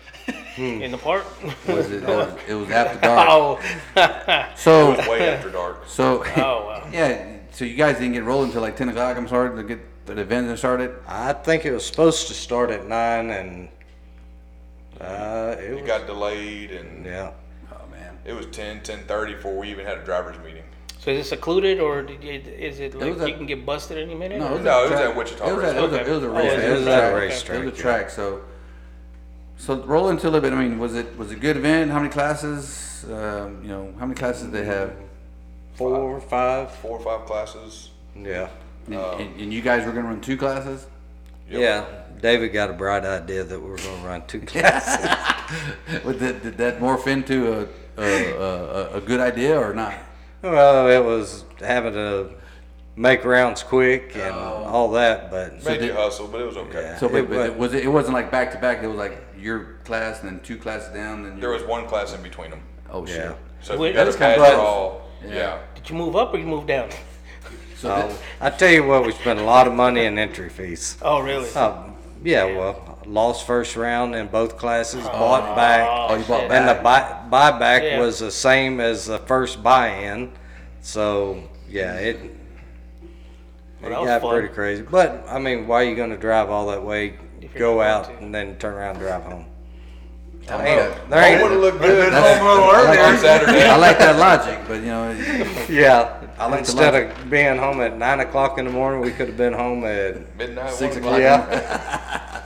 In the
(laughs)
park.
Was it? that was- it was after dark.
(laughs) oh, (laughs)
So
way after dark.
(laughs) So
Oh, wow.
yeah, so you guys didn't get rolling until like ten o'clock. I'm sorry to get the event started.
I think it was supposed to start at nine, and uh, it
It
was,
got delayed, and
yeah.
Oh man,
it was 10, 10.30 before we even had a driver's meeting.
So is it secluded, or did you, is it like
was a-
you can get busted any minute?
no, it
or-
was,
No,
a
it was
track-
at Wichita
It was, a, it was a-
Okay.
it was a
Oh,
race.
it
was
a
at a
track.
racetrack,
It was a
yeah.
track. So so roll into a little bit. I mean, was it was it a good event? How many classes? Um, you know, how many classes did they have?
Four, five.
Four or five classes.
Yeah.
And, and, and you guys were gonna run two classes.
Yeah. David got a bright idea that we were going to run (laughs) two classes.
Would that, did that morph into a a, a a- a good idea or not?
well, it was having to make rounds quick and
Oh.
all that, but
Made
did-
you hustle, but it was okay.
Yeah.
So wait,
It
but
wa-
it, was it, it wasn't like back to back. It was like your class and then two classes down. And
There was one class in between them.
oh shit.
yeah.
So
Wait,
you got
that's
to pass
kind
it
of-
all. Yeah.
Did you move up or you move down?
So
Oh,
thi-
Uh, I tell you what, we spent a lot of money in entry fees.
Oh, really?
Uh, yeah, well, lost first round in both classes, bought back.
Oh, you bought
Oh, shit.
back.
And the buy, buyback
Yeah.
was the same as the first buy-in, so yeah, it, it
Well, that was
got
fun.
pretty crazy. But I mean, why are you going to drive all that way,
If you're
go
not
out,
going to.
and then turn around and drive home?
I don't know.
Ain't- there
Oh, would have
ain't,
looked good.
That's-
on Saturday.
I like that logic, but you
(laughs)
know,
yeah,
I like the
instead of being home at nine o'clock in the morning, we could have been home at
Midnight.
Six o'clock.
one
yeah.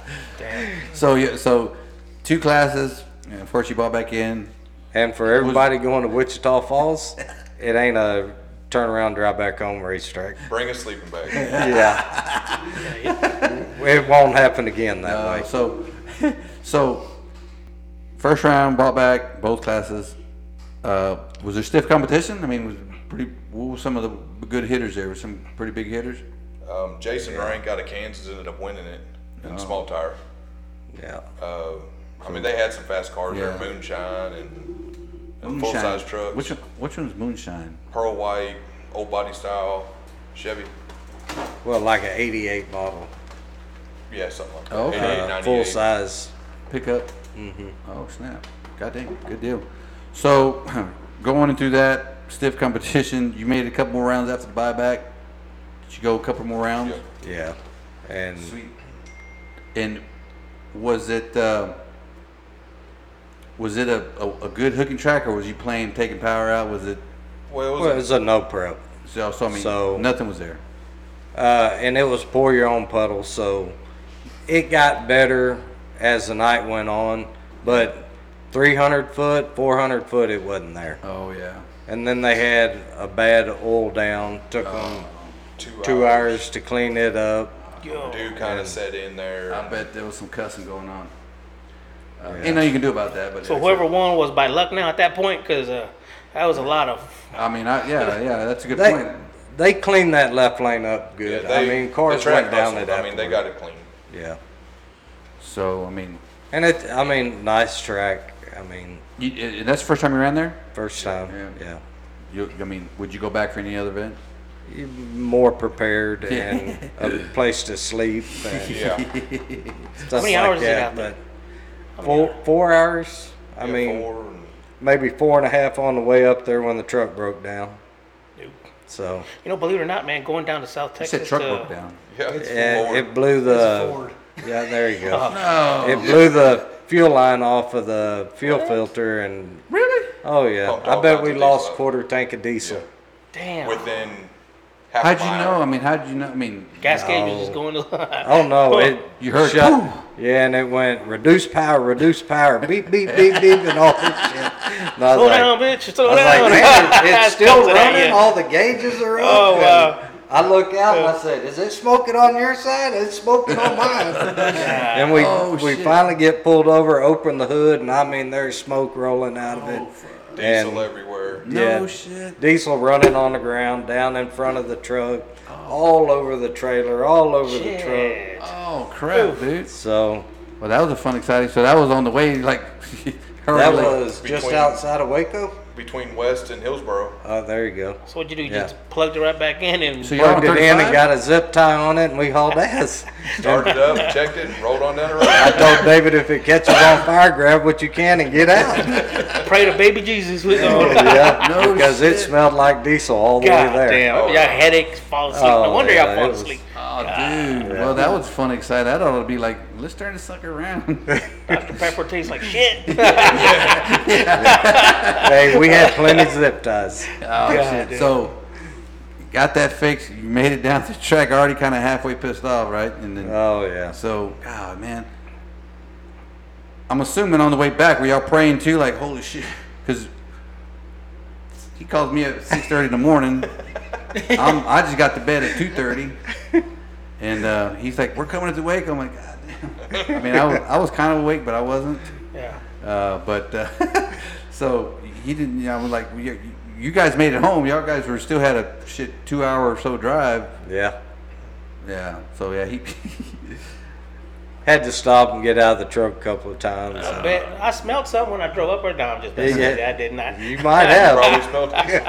so yeah, so two classes. And of course, you bought back in.
And for everybody going to Wichita Falls, it ain't a turn around, drive back home racetrack.
Bring a sleeping bag.
Yeah, (laughs) it won't happen again that
Uh,
way.
so, (laughs) so first round bought back both classes. Uh, was there stiff competition? I mean, was pretty. What were some of the good hitters there? Were some pretty big hitters?
Um, Jason Rank out of Kansas ended up winning it in
Oh.
small tire.
Yeah.
Uh, I mean, they had some fast cars
Yeah.
there, Moonshine and, and full size trucks.
Which one- which one's moonshine?
Pearl White, Old Body Style, Chevy.
well, like an 88 model,
Yeah, something like that.
Oh, okay.
88,
uh,
98.
full size.
pickup. Mm-hmm. Oh snap! God dang, good deal. So (clears throat) going into that stiff competition, you made a couple more rounds after the buyback. Did you go a couple more rounds?
Yep.
Yeah, and
Sweet. And was it uh, was it a, a, a good hooking track, or was you playing taking power out? Was it
Well, it was
well, it's a no prep,
so? so I mean,
So-
nothing was there.
uh, and it was pour your own puddle. So it got better as the night went on, but 300 foot, 400 foot, it wasn't there.
Oh yeah.
And then they had a bad oil down. Took
Oh,
them
two,
two hours to clean it up.
Yo.
Dude kind of sat in there.
I bet there was some cussing going on. Uh, Ain't nothing you can do about that. But
So whoever won was by luck now at that point, because uh, that was a lot of.
I mean, I, yeah, yeah, that's a good
They,
point.
they cleaned that left lane up
Yeah,
good.
they-
I mean, cars
the track
went down to
hustled.
that.
I mean, they
point.
got it
(laughs)
clean.
Yeah.
So I mean,
And it, I mean, nice track. I mean,
you, i- that's the first time you ran there.
first time.
Yeah.
Yeah.
You, I mean, would you go back for any other event?
You're more prepared and a place to
(laughs)
sleep and
Yeah.
stuff
many
like
hours is it
that.
out there?
But four, four hours? I
Yeah,
mean,
four and-
maybe four and a half on the way up there when the truck broke down.
You
So,
know, believe it or not, man, going down to South
You
Texas.
said truck
to-
broke down.
yeah,
and
four.
it blew
Uh,
the.
(laughs) Ford.
Yeah, there you go. It blew the fuel line off of the fuel filter and.
Really?
Oh yeah,
Pumped
I
all
bet
kinds
we
of
lost
diesel out.
quarter tank of diesel.
Damn.
within half a
How'd you know?
mile.
I mean, how'd you know? I mean,
Gas gauge was just going.
(laughs)
to-
Oh no, it
You heard,
shut.
"Boom."
Yeah, and it went reduce power, reduce power, beep beep beep beep, and all this shit. And I was
Slow
like,
down, bitch. Slow
I was
down.
like, man,
(laughs)
(laughs)
it's
It's
still
closing at
running.
you.
All the gauges are up.
Oh,
and
wow.
I look out and I said, "Is it smoking on your side? It's smoking on (laughs) mine." and we
Oh,
we
shit.
finally get pulled over, open the hood, and I mean, there's smoke rolling out of it.
Oh,
Diesel
and-
everywhere.
yeah.
no shit.
Diesel running on the ground, down in front of the truck, all over the trailer, all over the truck.
Shit.
Oh crap, dude.
So
Well, that was a fun, exciting. So that was on the way, like. (laughs)
that
hurriedly.
was just
Between-
outside of Waco.
Between West and Hillsboro.
Oh, there you go.
So what'd you do? You
Yeah.
just plugged it right back in and
So y'all on
Plugged it in
35?
and got a zip tie on it, and we hauled ass.
Started up, checked it, and rolled on down the
I
road.
told David if it catches on fire, grab what you can and get out.
pray to baby Jesus with
Oh,
them.
(laughs) yeah, (laughs)
No
because it
shit.
smelled like diesel all the
God
way there.
damn.
Oh,
y'all
yeah.
headaches, fall asleep.
Oh,
no wonder
yeah,
y'all
it
fall
was- (laughs)
asleep.
Oh, dude. Well, that was fun, exciting. That ought to be like, let's turn this sucker around.
(laughs)
Dr. Pepper tastes like shit.
(laughs)
Hey, we had plenty of zip ties.
Oh, shit. So, got that fixed. You made it down the track, already kind of halfway pissed off, right? And then,
Oh yeah.
so, God, man. I'm assuming on the way back, were y'all praying too? Like, holy shit. Because he calls me at 6.30 in the morning. I'm, I just got to bed at 2.30. And uh, he's like, we're coming to Waco. I'm like, God damn. I mean, I was, I was kind of awake, but I wasn't.
yeah.
Uh, but uh, (laughs) so he didn't. You know, I was like, you, you guys made it home. Y'all guys were still had a shit two hour or so drive.
Yeah.
Yeah. So yeah, he. (laughs)
Had to stop and get out of the truck a couple of times. Uh,
I bet I smelled something when I drove up or down. Just
Yeah, yeah.
I did not.
You might have.
Probably smelled diesel.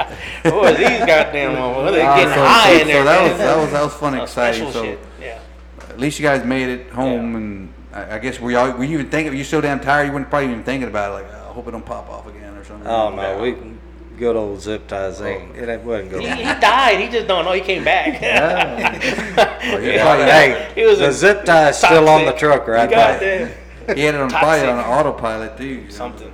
(laughs) Boy, these
(laughs)
goddamn ones, they're
Ah,
getting
so,
high
so-
in
so
there.
that
man.
was that was that was fun,
Some
exciting.
special
So
shit.
(laughs)
Yeah.
at least you guys made it home,
Yeah.
and I, I guess were y'all were you even thinking? You so damn tired, you weren't probably even thinking about it. Like, oh, I hope it don't pop off again or something.
Oh no, we good old zip ties ain't it ain't wasn't good.
He, he died. He just don't know. He came back. (laughs)
Well, he,
But, hey,
He was
the
a
zip tie's still on the
toxic.
truck right now.
Goddamn.
probably, he had it on probably on
Toxic.
autopilot too. you know.
Something.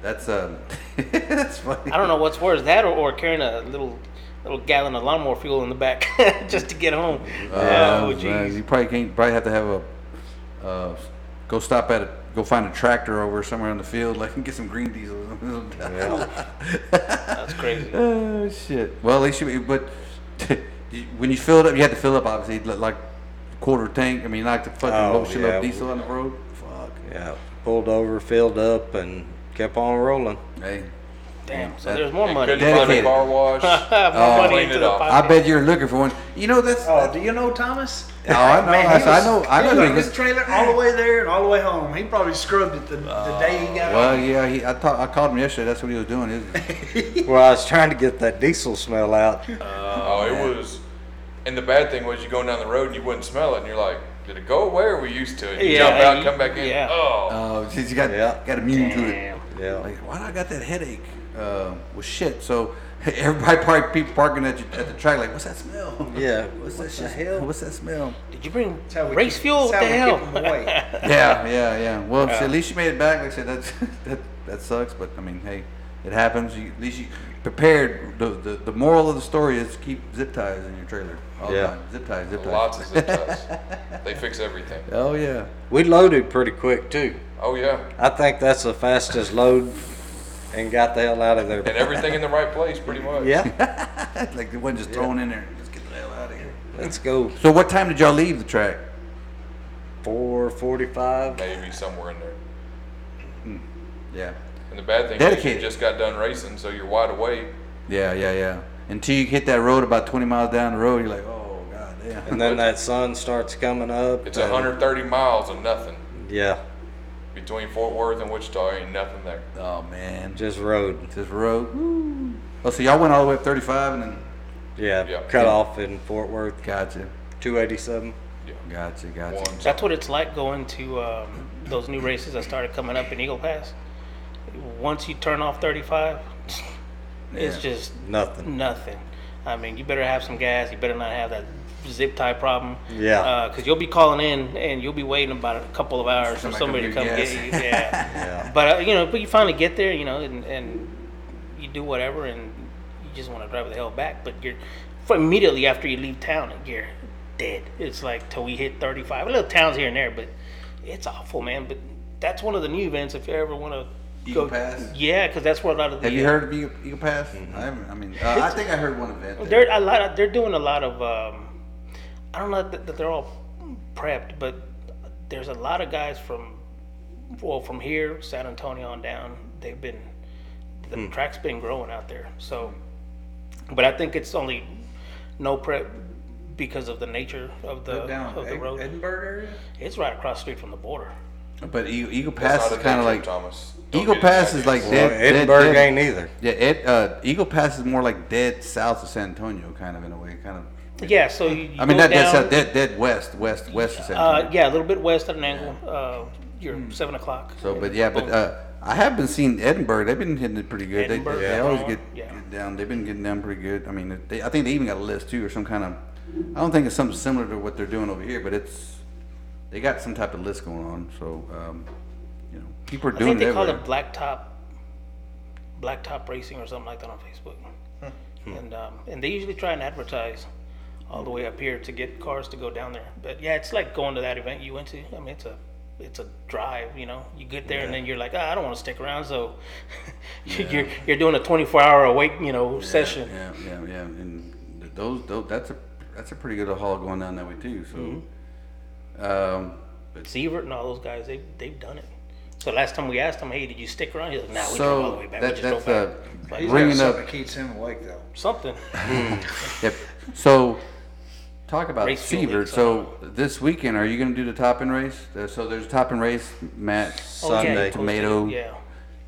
That's um, (laughs) that's funny.
I don't know what's worse, that or, or carrying a little little gallon of lawnmower fuel in the back (laughs) just to get home. oh,
Uh, man,
jeez.
you probably can't. Probably have to have a uh, go stop at a go find a tractor over somewhere on the field, like and get some green diesel. (laughs)
That's crazy.
oh shit! Well, at least you. But (laughs) you- when you filled up, you had to fill up. Obviously, li- like quarter tank. I mean, like the fucking
Oh,
whole shit
yeah.
of diesel on the road. Fuck.
Yeah. Pulled over, filled up and kept on rolling.
Hey,
Damn. So
that-
there's more money.
Couldn't find a
Dedicated.
car wash.
more (laughs) money
clean
into
it
the
up.
pocket.
I bet you're looking for one. You know that's. Oh,
Oh, do you know Thomas?
I know.
Man,
I,
he
I
was-
know.
he
I
took
know.
his trailer all the way there and all the way home. He probably scrubbed it the,
Uh,
the day he got
Well,
home.
yeah. He, I, ta- I called him yesterday. That's what he was doing.
(laughs)
He was-
Well, I was trying to get that diesel smell out.
Oh, it was. And the bad thing was you going down the road and you wouldn't smell it, and you're like, did it go away or were you used to it? You
Yeah,
jump out,
you-
come back in.
yeah.
Oh,
Oh, she's got
Yeah.
got immune to it.
Damn.
Yeah.
Like, why do I got that headache? Uh, well, shit. So (laughs) everybody park, people parking at, you, at the track, like, what's that smell?
Yeah.
What's that
What the
shit?
hell?
What's that smell?
Did you bring
That's how we
race
keep-
fuel? What
that's
the
how we keep
hell?
'em (laughs) away.
(laughs) yeah, yeah, yeah. Well, see, at least you made it back. Like I said, that's, (laughs) that that sucks, but I mean, hey, it happens. You, at least you prepared. The, the the moral of the story is keep zip ties in your trailer. All
Yeah.
the time. zip ties, zip ties.
lots of zip ties. they fix everything.
Oh yeah.
We loaded pretty quick too.
Oh, yeah.
I think that's the fastest load and got the hell out of
And (laughs)
there.
everything in the right place, pretty much.
Yeah.
like it wasn't just thrown in there. Let's get the hell out of here.
Let's go.
So what time did y'all leave the track?
445.
Maybe somewhere in there.
Yeah.
And the bad thing
Dedicated.
is you just got done racing, so you're wide awake.
Yeah, yeah, yeah. Until you hit that road about 20 miles down the road, you're like, oh god damn.
And then that sun starts coming up.
It's
and-
130 miles of nothing.
Yeah.
Between Fort Worth and Wichita, ain't nothing there.
(laughs) Oh man.
Just road.
This road. Oh, so y'all went all the way up 35 and then.
Yeah.
Yeah.
Cut off in Fort Worth.
Gotcha.
287.
Gotcha. Gotcha.
One.
(laughs) That's what it's like going to um, those new races that started coming up in Eagle Pass. Once you turn off 35, (laughs) it's
Yeah.
just
Mm.
Nothing.
nothing. I mean, you better have some gas. You better not have that zip tie problem.
Yeah.
Because you'll be calling in and you'll be waiting about a couple of hours for
Somebody
somebody
come
to come
get
get
your (laughs)
you.
gas.
Yeah.
Yeah.
But uh, you know, but you finally get there, you know, and, and you do whatever, and you just want to drive the hell back. But you're for immediately after you leave town, you're dead. It's like till we hit 35. Little towns here and there, but it's awful, man. But that's one of the new events if you ever want to
Eagle
go.
Pass?
Yeah, because that's where a lot of the.
Have you heard of Eagle, Eagle Pass?
Mm-hmm.
I haven't. I mean, uh, I think I heard one event. there.
They're a lot. Of, they're doing a lot of. Um, I don't know that, that they're all prepped, but there's a lot of guys from, well, from here, San Antonio on down. They've been, the
Hmm.
track's been growing out there. So, but I think it's only no prep because of the nature of the
Down eh?
of the
Ed-
road.
Edinburgh area?
it's right across the street from the border.
But Eagle, Eagle
That's
Pass is
not
kind
a day
of
trip,
like
Thomas. Don't
Eagle
get it
Pass is like
backwards.
dead.
Well,
dead-
Uh, Edinburgh
dead-
ain't either.
Yeah, Ed, uh, Eagle Pass is more like dead south of San Antonio, kind of in a way. Kind of.
Yeah. So you. you
I mean,
go
not dead
down-
south, dead dead west, west west of San Antonio.
Uh, yeah, a little bit west at an angle. Uh, you're seven o'clock.
so, but yeah, but
Boom.
uh, I have been seeing Edinburgh. They've been hitting it pretty good. They,
Edinburgh,
they, always
Rowan,
get,
yeah.
get down. They've been getting down pretty good. I mean, they, I think they even got a list too, or some kind of. I don't think it's something similar to what they're doing over here, but it's they got some type of list going on. So, um, you know, people are
I
doing
think
it.
they call
everywhere.
it blacktop, blacktop racing or something like that on Facebook.
Hmm.
And um, and they usually try and advertise all the way up here to get cars to go down there. But yeah, it's like going to that event you went to. I mean, it's a it's a drive, you know. You get there and then you're like, ah, I don't want to stick around, so (laughs) you're you're doing a 24 hour awake, you know, session.
Yeah, yeah, yeah. And th- those, those that's a that's a pretty good haul going down that way too. So,
Mm-hmm.
um, but
Sievert and all those guys, they they've done it. So last time we asked him, hey, did you stick around? He's like, nah, we drove all the
so
way back.
that
we just
that's
drove
uh,
back.
He's got
bringing up
something that keeps him awake though.
something.
yep. So talk about
Race fuel
Seaver.
leaks,
So this weekend, are you going to do the top end race? Uh, So there's top end race, Matt
Oh, yeah, he
Sunday.
posted it,
Tomato.
Yeah.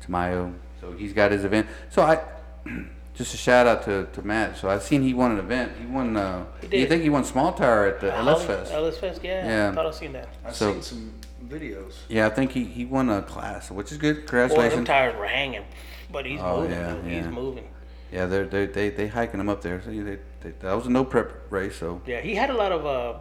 Tamayo. So he's got his event. So I (clears throat) just a shout out to, to Matt. So I seen he won an event. He won. Uh,
did.
You think he won small tire at the LS
Oh,
Fest?
LS Fest, yeah.
Yeah.
Thought I seen that.
I've
So-
seen some videos.
Yeah, I think he, he won a class, which is good.
Boy,
Congratulations.
them tires were hanging, but he's
Oh,
moving.
yeah,
dude.
yeah.
He's moving.
Yeah, they're, they they they hiking them up there. So they, they, that was a no prep race, so
Yeah, he had a lot of uh,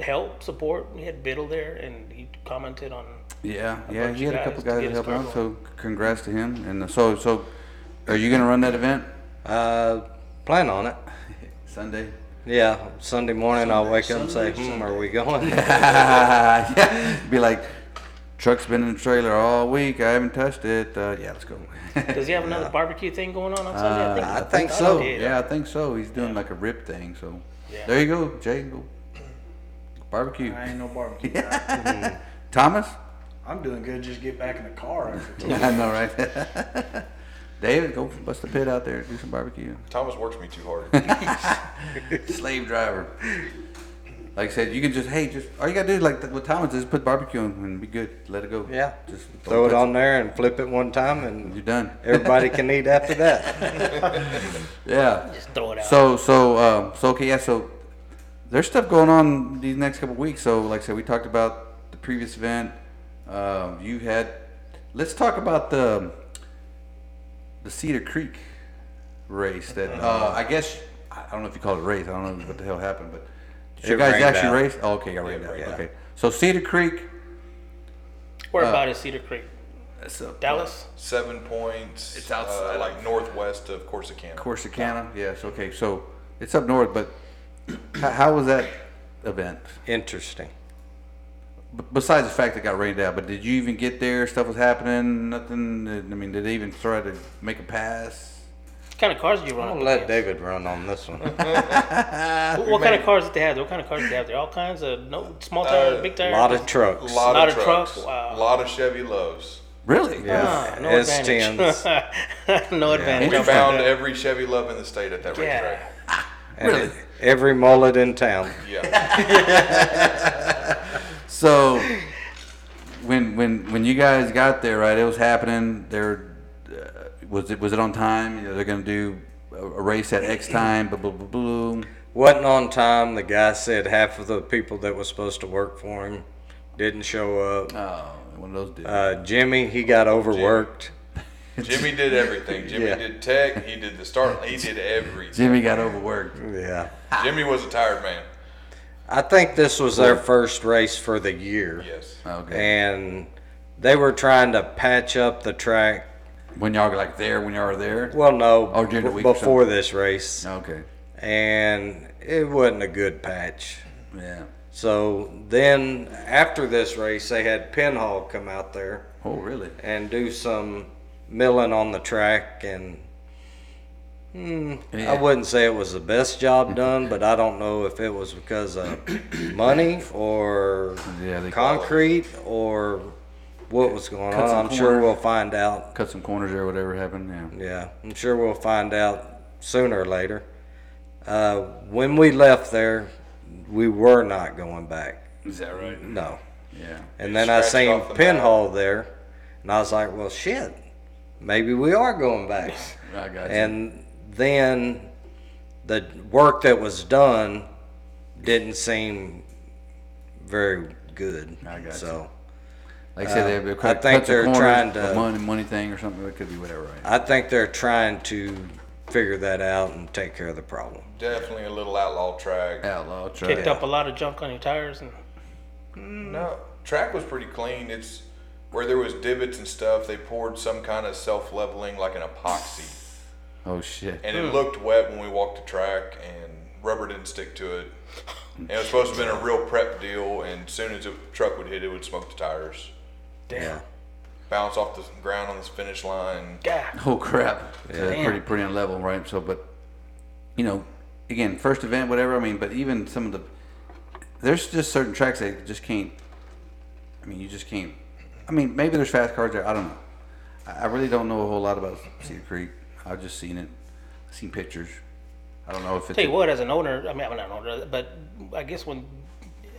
help, support. We had Biddle there, and he commented on.
yeah, yeah.
bunch
He
of
had a couple
guys to
guys
get
to
us
help out.
started
So congrats to him. And uh, so so, are you gonna run that event
Uh, plan on it.
Sunday?
Yeah. Sunday morning, I'll wake up and say, hmm, are we
(laughs)
going? (laughs)
yeah, be like, truck's been in the trailer all week. I haven't touched it. Uh, yeah, let's go.
Does
(laughs)
he have another barbecue thing going on on Sunday?
Uh, I
thought
think
he
so.
did.
yeah, I think so. He's doing like a rip thing. So
Yeah.
there you go, Jay. Go barbecue.
I ain't no barbecue guy.
(laughs)
Thomas. (laughs)
I'm doing good. Just get back in the car after two.
I know, right? (laughs) David, go bust the pit out there, do some barbecue. (laughs)
Thomas works me too hard.
Slave driver. Like I said, you can just hey, just all you gotta do is like what Thomas is put barbecue on and be good. Let it go.
Yeah.
Just
Throw it
touch
on there and flip it one time, and
You're done.
everybody can eat after
(laughs)
that.
Yeah.
Just throw it out.
So so um, so okay yeah so there's stuff going on these next couple weeks. So like I said, we talked about the previous event. Um, you had. Let's talk about the the Cedar Creek race that
Mm-hmm.
uh, I guess I don't know if you call it race. I don't know what the hell happened, but did you
It
guys
rained
actually
out.
race? Oh, okay, got rained out.
rained out.
Okay, so Cedar Creek,
We're
uh,
about at Cedar Creek,
that's up
Dallas.
Seven points.
It's outside
uh, like
of-
northwest of Corsicana.
Corsicana. Yes. Okay, so it's up north, but (clears throat) how, how was that event?
Interesting.
B- besides the fact that it got rained out, but did you even get there? Stuff was happening. Nothing. I mean, did they even try to make a pass?
What kind of cars did you run?
I'm
up
gonna let
against?
David run on this one.
What, what kind of cars did they have? What kind of cars did they have? There all kinds of no small tire, big tire.
A lot of
just-
A
trucks.
lot,
Lot
of
of
trucks.
trucks, wow.
lot of Chevy Loves.
Really?
Yeah.
Ah, no
S10s.
advantage. (laughs) no advantage.
We
I'm
found
sorry.
every Chevy Love in the state at that
Yeah.
racetrack.
And it- Every mullet in town.
Yeah.
So when when when you guys got there, right? It was happening. There uh, was it was it on time? You know, they're gonna do a, a race at X time. Blah blah blah. blah.
Wasn't on time. The guy said half of the people that was supposed to work for him didn't show up.
Oh, one of those dudes.
Uh, Jimmy, he got overworked.
Jimmy did everything. Jimmy
Yeah.
did tech. He did the start. He did everything.
Jimmy got overworked.
Yeah.
Jimmy was a tired man.
I think this was their first race for the year.
Yes.
Okay.
And they were trying to patch up the track.
when y'all were like there, when y'all were there.
Well, no,
Oh, during the
b-
week or
before this race.
Okay.
And it wasn't a good patch.
Yeah.
So then after this race, they had Pinhall come out there
Oh, really?
and do some milling on the track. And hmm, I wouldn't say it was the best job done, but I don't know if it was
(coughs)
because of money or
Yeah, they-
concrete or what was going
Cut some
on. I'm sure
corners.
we'll find out.
Cut some corners there, whatever happened. Yeah.
Yeah, I'm sure we'll find out sooner or later. Uh, when we left there, we were not going back.
Is that right?
No.
Yeah.
And then I
scratched
seen
off the
Pinhole there, and I was like, well, shit, maybe we are going back.
I got you.
and then the work that was done didn't seem very good.
I got
so
like I said, they, they
Uh, I
cut,
think
cut the
they're
corners,
trying
the
to-
money, money thing or something. It could be whatever. Right?
I think they're trying to figure that out and take care of the problem.
Definitely a little outlaw track.
Outlaw track.
Picked up a lot of junk on your tires and
No, track was pretty clean. It's where there was divots and stuff. They poured some kind of self-leveling, like an epoxy,
Oh shit.
and it looked wet when we walked the track, and rubber didn't stick to it. And it was supposed to have been a real prep deal, and as soon as the truck would hit, it would smoke the tires,
Yeah.
bounce off the ground on this finish line.
God,
(laughs) Oh crap. Yeah.
Damn.
pretty pretty on level, right? So, but you know, again, first event, whatever. I mean, but even some of the there's just certain tracks that just can't. I mean, you just can't. I mean, maybe there's fast cars there. I don't know. I, I really don't know a whole lot about Cedar Creek. I've just seen it. I've seen pictures. I don't know if it's
tell you what, as an owner, I mean, I'm not an owner, but I guess when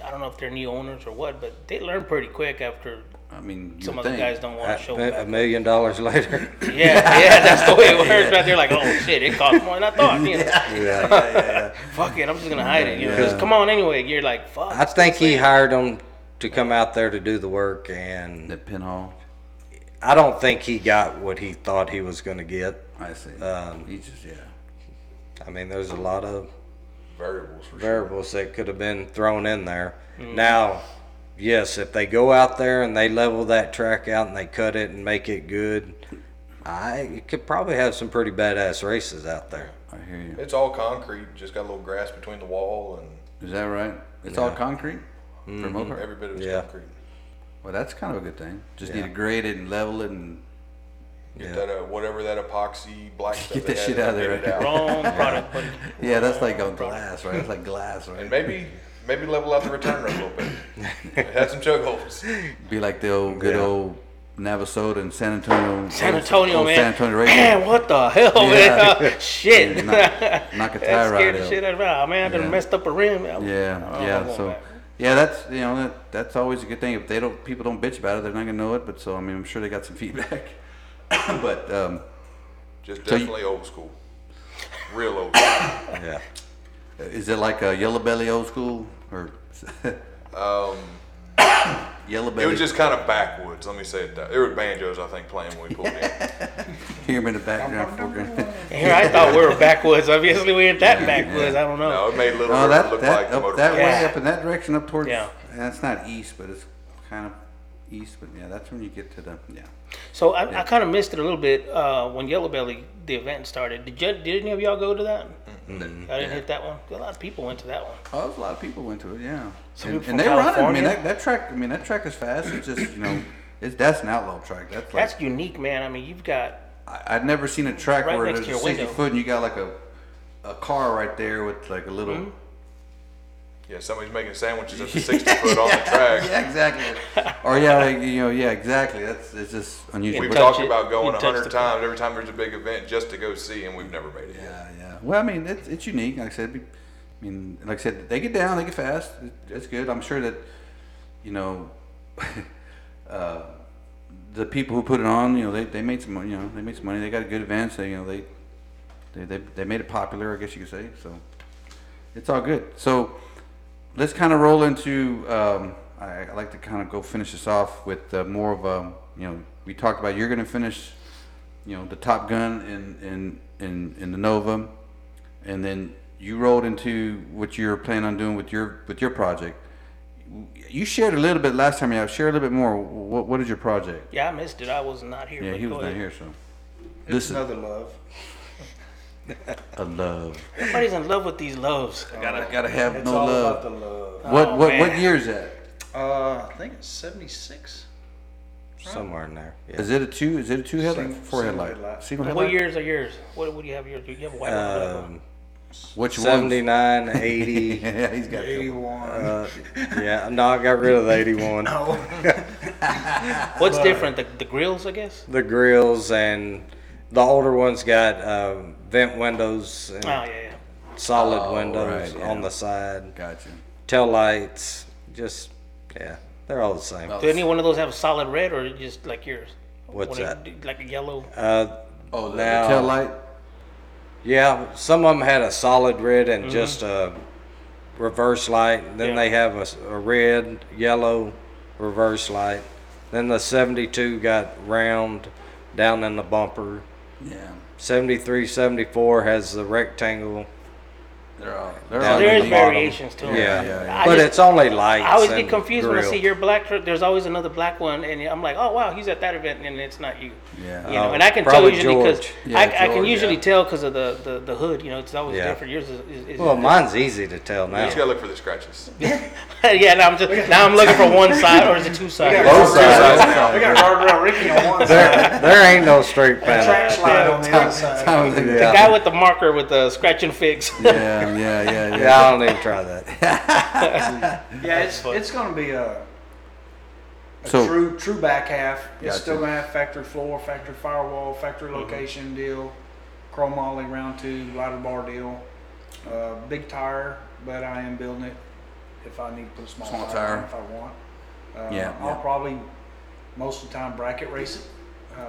I don't know if they're new owners or what, but they learn pretty quick after
I mean, you
some
would
other
think.
guys don't want to show
A- a
back.
million dollars (laughs) later.
(laughs)
Yeah, yeah, that's the way it works right there. Like, oh shit, it costs more than I thought. You know, Fuck it, I'm just gonna hide it. You know, 'cause come on anyway. You're like, fuck.
(laughs) I think he hired them to come out there to do the work, and
That pinhole.
I don't think he got what he thought he was going to get.
I see.
Um,
you just yeah.
I mean, there's a lot of
Variables for sure.
variables that could have been thrown in there. Now, yes, if they go out there and they level that track out and they cut it and make it good, I you could probably have some pretty badass races out there.
I hear you.
It's all concrete. Just got a little grass between the wall, and
Is that right? It's all concrete
Mm-hmm.
for mopar?
every bit of it's
Yeah.
concrete.
Well, that's kind of a good thing. Just
Yeah.
need to grade it and level it and
Get that uh, whatever that epoxy
(laughs)
black stuff.
Get
they
that
had
shit
in
out of there.
get it out.
Wrong product,
(laughs)
buddy.
yeah, that's like on glass, right? It's like glass, right?
And maybe
(laughs)
maybe level out the return road a little bit. It had some chokeholds.
Be like the old good
Yeah.
old Navasota and San Antonio.
San Antonio,
old
man.
San Antonio racing.
Man, what the hell,
Yeah.
man? (laughs) Shit.
(laughs) Yeah, knock- knock a
(laughs) That
tire
scared
right
the
out.
shit out Oh, of me. Oh, man, I done
Yeah.
messed up a rim. I-
Yeah,
I
yeah.
want
So,
that.
yeah, that's you know that, that's always a good thing. If they don't, people don't bitch about it, they're not gonna know it. But so I mean, I'm sure they got some (laughs) feedback. but um,
Just
So you-
definitely old school, real old. school.
Yeah.
is it like a yellow belly old school or (coughs) yellow belly?
Um, It was just kind of backwoods. Let me say it that. There were banjos, I think, playing when
(laughs)
we pulled in.
hear 'em in the background. foreground.
And Here, I thought we were backwoods. Obviously, we ain't
(laughs)
that backwoods. I don't know.
No, it made Little
No,
River
Oh, that
look
that
like the
up that
motorway.
way
Yeah.
up in that direction up towards.
Yeah.
That's not east, but it's kind of east. But yeah, that's when you get to the yeah.
So I, I kind of missed it a little bit uh, when Yellow Belly the event started. Did you, did any of y'all go to that? I didn't hit that one. A lot of people went to that one.
Oh, there's a lot of people went to it, yeah.
Some people
And, and
from
they run it. I mean,
California.
that, that track. I mean, that track is fast. It's just
(coughs)
you know, it's that's an outlaw track. That's like
That's unique, man. I mean, you've got
I, I'd never seen a track
Right
where
next
there's
to your
60
window.
foot and you got like a a car right there with like a little.
Mm-hmm.
Yeah, somebody's making sandwiches at the 60 foot on the
(laughs)
track.
Yeah, exactly. or yeah, like, you know, yeah, exactly. That's it's just unusual.
You
We've
But-
touch
talked
it,
about
you
going
touch
100
the
times every time there's a big event just to go see, and we've never made it yet.
yeah, yeah. Well, I mean, it's it's unique. Like I said, be- I mean, like I said, they get down, they get fast. That's good. I'm sure that, you know, (laughs) uh, the people who put it on, you know, they, they made some money. You know, they made some money. They got good events. They you know they, they they they made it popular. I guess you could say so. It's all good. So let's kind of roll into. Um, I, I like to kind of go finish this off with uh, more of a you know we talked about you're going to finish, you know, the Top Gun in in in in the Nova, and then you rolled into what you're planning on doing with your with your project. You shared a little bit last time. Yeah, share a little bit more. What what is your project?
yeah, I missed it. I was not here.
Yeah,
but
he
go
was not
ahead.
here, so
It's
Listen.
another love.
a love.
Everybody's in love with these loves.
Gotta gotta have
It's
no
all
love.
about the love.
What
Oh,
what what
man.
year is that?
Uh, I think it's seventy-six.
Somewhere in there. Yeah.
Is it a two? Is it a two headlight?
Single-
Four
single
headlight.
headlight.
Single
What
headlight.
years are yours? What, what do you have yours? Do you have a white one?
Um,
Which ones?
79, 80.
(laughs) yeah, he's got. a couple.
Eighty-one. (laughs)
Uh, yeah, no, I got rid of the 81.
What's different? The, the grills, I guess.
The grills and the older ones got uh, vent windows and
Oh yeah, yeah.
solid
Oh,
windows
right, yeah.
on the side,
Gotcha.
tail lights. Just yeah, they're all the same.
Do any one of those have a solid red or just like yours?
What's
One
that?
of- Like a yellow.
Uh,
Oh, the,
Now-
the tail light.
yeah, some of them had a solid red and just a reverse light. and Then
Mm-hmm. Yeah.
they have a, s- a red, yellow, reverse light. Then the 72 got round down in the bumper.
Yeah,
73, 74 has the rectangle.
they're all. They're
Down
all.
There is
the bottom.
variations to
Yeah,
them.
yeah,
I
but
just-
it's only lights.
I always
and
get confused when I
grill.
see your black truck. There's always another black one, and I'm like, oh wow, he's at that event, and it's not you.
Yeah.
You know,
Oh,
and I can tell
probably
usually because
George.
Yeah,
I, I can
George,
usually
yeah.
tell because of the, the, the hood. You know, it's always
Yeah.
different. Yours is, is, is
Well, mine's easy to tell
You
now.
just gotta look for the scratches.
(laughs) yeah. Now I'm just now I'm looking for one side or is it two sides?
Oh,
Both
Both sides.
We got guardrail Ricky on one
(laughs)
side,
There, there ain't no straight panel.
trash light on the other side.
Oh, look at
The
that.
guy with the marker with the scratch and fix. (laughs)
(laughs) Yeah, yeah, yeah, yeah.
Yeah, I don't even try that.
Yeah, it's
fun.
it's gonna be a, a
So-
true true back half. It's
Gotcha.
still gonna have factory floor, factory firewall, factory location deal, chrome ollie round two, lighter bar deal, uh, big tire. But I am building it if I need to put a small,
Small
tire, on
tire.
if I want. Uh,
Yeah,
I'll
yeah.
probably most of the time bracket race it. Uh,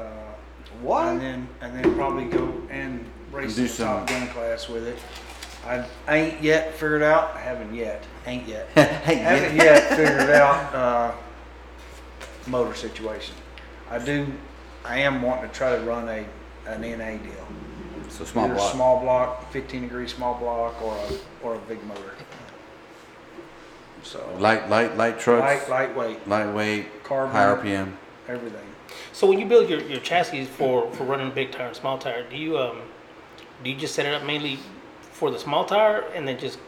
What?
And then and then probably go and race
Do
in the
some-
top gun class with it. I I ain't yet figured out. Haven't yet. Ain't yet.
(laughs)
haven't yet figured out uh, motor situation. I do. I am wanting to try to run a an NA deal.
So small
Either
block.
small block, 15 degree small block, or a or a big motor. So
Light, light, light trucks.
light, lightweight,
Lightweight.
Carbon.
High RPM.
everything.
so when you build your, your chassis for, for running big tire and small tire, do you um do you just set it up mainly for the small tire and then just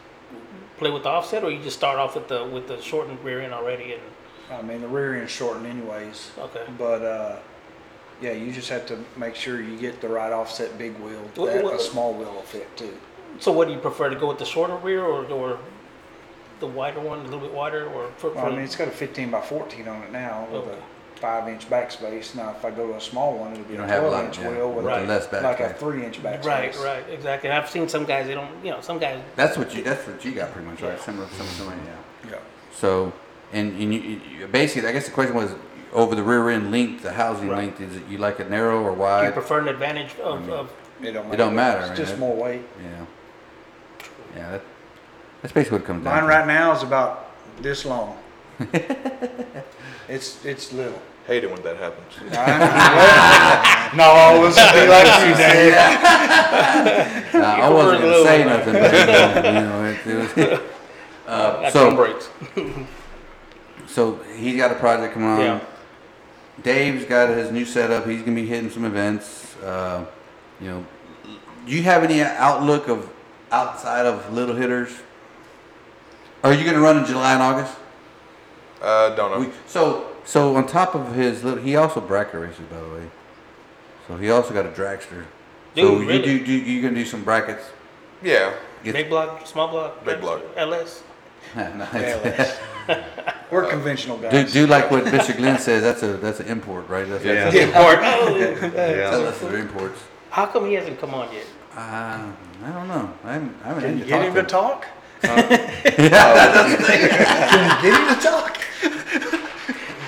play with the offset, or you just start off with the with the shortened rear end already and
I mean the rear end's shortened anyways.
Okay.
But uh, yeah, you just have to make sure you get the right offset big wheel.
Wha-
That
wha-
a small wheel will fit too.
So what do you prefer to go with the shorter rear or, or the wider one, a little bit wider, or for, for
Well, I mean, it's got a 15 by 14 on it now with
Okay.
a five inch backspace. Now, if I go to a small one, it'll be
You
a
don't have a
twelve
lot of
inch
jack-
wheel with
with
Right.
a,
less back.
like a three inch backspace.
Right, right, exactly. And I've seen some guys, they don't, you know, some guys,
That's what you. That's what you got pretty much right. Similar, similar, similar. Yeah.
Yeah.
So, and, and you, you, basically, I guess the question was over the rear end length, the housing
Right.
length. Is it you like it narrow or
you
wide?
prefer an advantage
Mm-hmm.
of, of
It don't matter.
It don't matter,
It's just
right?
more weight.
yeah. Yeah. That, that's basically what it comes
Mine
down.
right now is about
(laughs)
this long. it's it's little.
Hate it when that happens.
no, this would be like you, Dave.
To. Nah,
(laughs)
I
prefer a
wasn't gonna say
little-
nothing, but you know, it, it was. Uh,
at
so,
some breaks.
so he's got a project coming on.
Yeah.
Dave's got his new setup. He's gonna be hitting some events. Uh, you know, do you have any outlook of outside of little hitters? Are you gonna run in July and August?
Uh, don't know.
Uh-huh.
We, so, so on top of his little, he also bracket races, by the way. So he also got a dragster. so
Dude, really?
you do, do you gonna do some brackets? (laughs)
yeah.
Get-
Big block, small block,
Big block.
LS.
(laughs) nice.
We're conventional
do,
(laughs) guys.
do like what Bishop Glenn says. That's a that's an import, right? That's
Yeah.
that's
Oh,
A, tell us the imports.
how come he hasn't come on yet?
Uh, I don't know. I haven't. I haven't
Can you
had
get him to
him.
talk?
(laughs)
Get him to talk.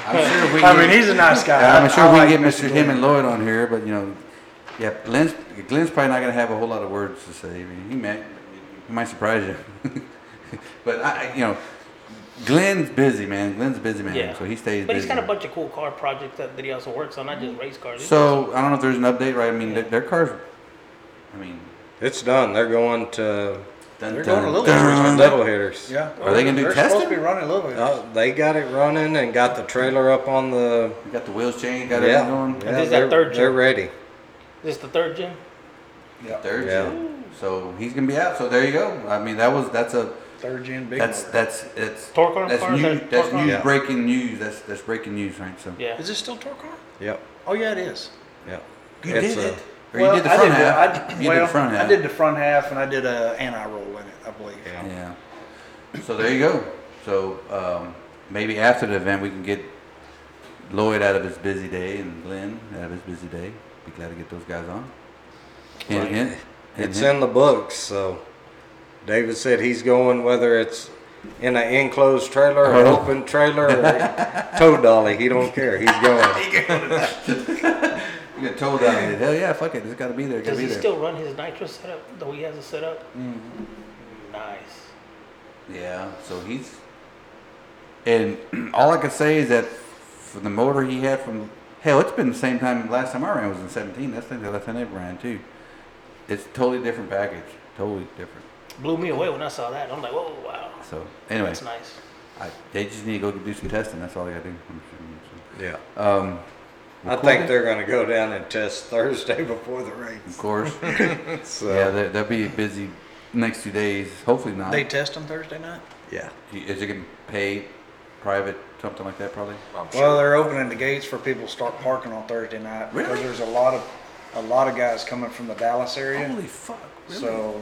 I'm sure if we
I
get-
mean, he's a nice guy.
Yeah, I'm
I-
sure
I
we
like
can get Mr.
Glenn.
Him and Lloyd on here, but you know, yeah, Glenn's, Glenn's probably not gonna have a whole lot of words to say. I mean, he might, he might surprise you. (laughs) but I, I- you know, Glenn's busy, man. Glenn's a busy man,
Yeah.
so he stays.
But
busy.
he's got a bunch of cool car projects that, that he also works on, not just race cars.
So I don't know if there's an update, right? I mean, their, their cars. I mean,
It's done. They're going to
dun,
They're going to Little
dun.
level hitters.
Yeah.
Are they gonna do
They're supposed to
testing?
be running a little bit.
Oh, they got it running and got the trailer up on the.
You got the wheels changed, got
Yeah,
everything going.
yeah,
This is
they're,
our third
they're
gen.
ready.
This is the third gen.
Third,
Yeah.
gen. So he's gonna be out. So there you go. I mean, that was that's a
Third gen big
that's
motor.
that's it's
Torque arm
that's
cars,
new
that
that's
torque arm?
news
Yeah.
breaking news. That's that's breaking news, right? So
Yeah.
Is this still Torcar?
Yep.
Oh yeah, it is.
Yep.
You
It's
did
a-
it. Or you did the
I
front
the-
half.
I,
you
well,
did the front half.
I did the front half and I did a anti roll in it, I believe.
Yeah.
yeah. So there you go. So um, maybe after the event we can get Lloyd out of his busy day and Glenn out of his busy day. Be glad to get those guys on. Hint,
Right.
hint, hint,
It's
hint.
in the books, so David said he's going whether it's in an enclosed trailer, or
Oh.
open trailer,
(laughs)
or tow dolly. He don't care. He's going.
You got told out. Hell yeah, fuck it. It's got to be there. Got to
Does
be
he
there.
still run his nitrous setup, though he has a setup? Nice.
Yeah, so he's and (clears throat) all I can say is that for the motor he had from hell, it's been the same time last time I ran was in seventeen. That's the last time they ran too. It's totally different package, totally different.
Blew me away when I saw that. I'm like, whoa, wow.
So anyway,
That's nice.
I, they just need to go do some testing. That's all they got to do. I'm sure,
Yeah.
so. Um,
I think they're going to go down and test Thursday (laughs) before the race.
of course, yeah,
So
they, they'll be busy next two days. Hopefully not.
They test them Thursday night.
yeah.
Is it gonna pay private something like that? Probably.
I'm sure.
Well, they're opening the gates for people to start parking on Thursday night because
Really?
there's a lot of a lot of guys coming from the Dallas area.
Holy fuck! Really?
So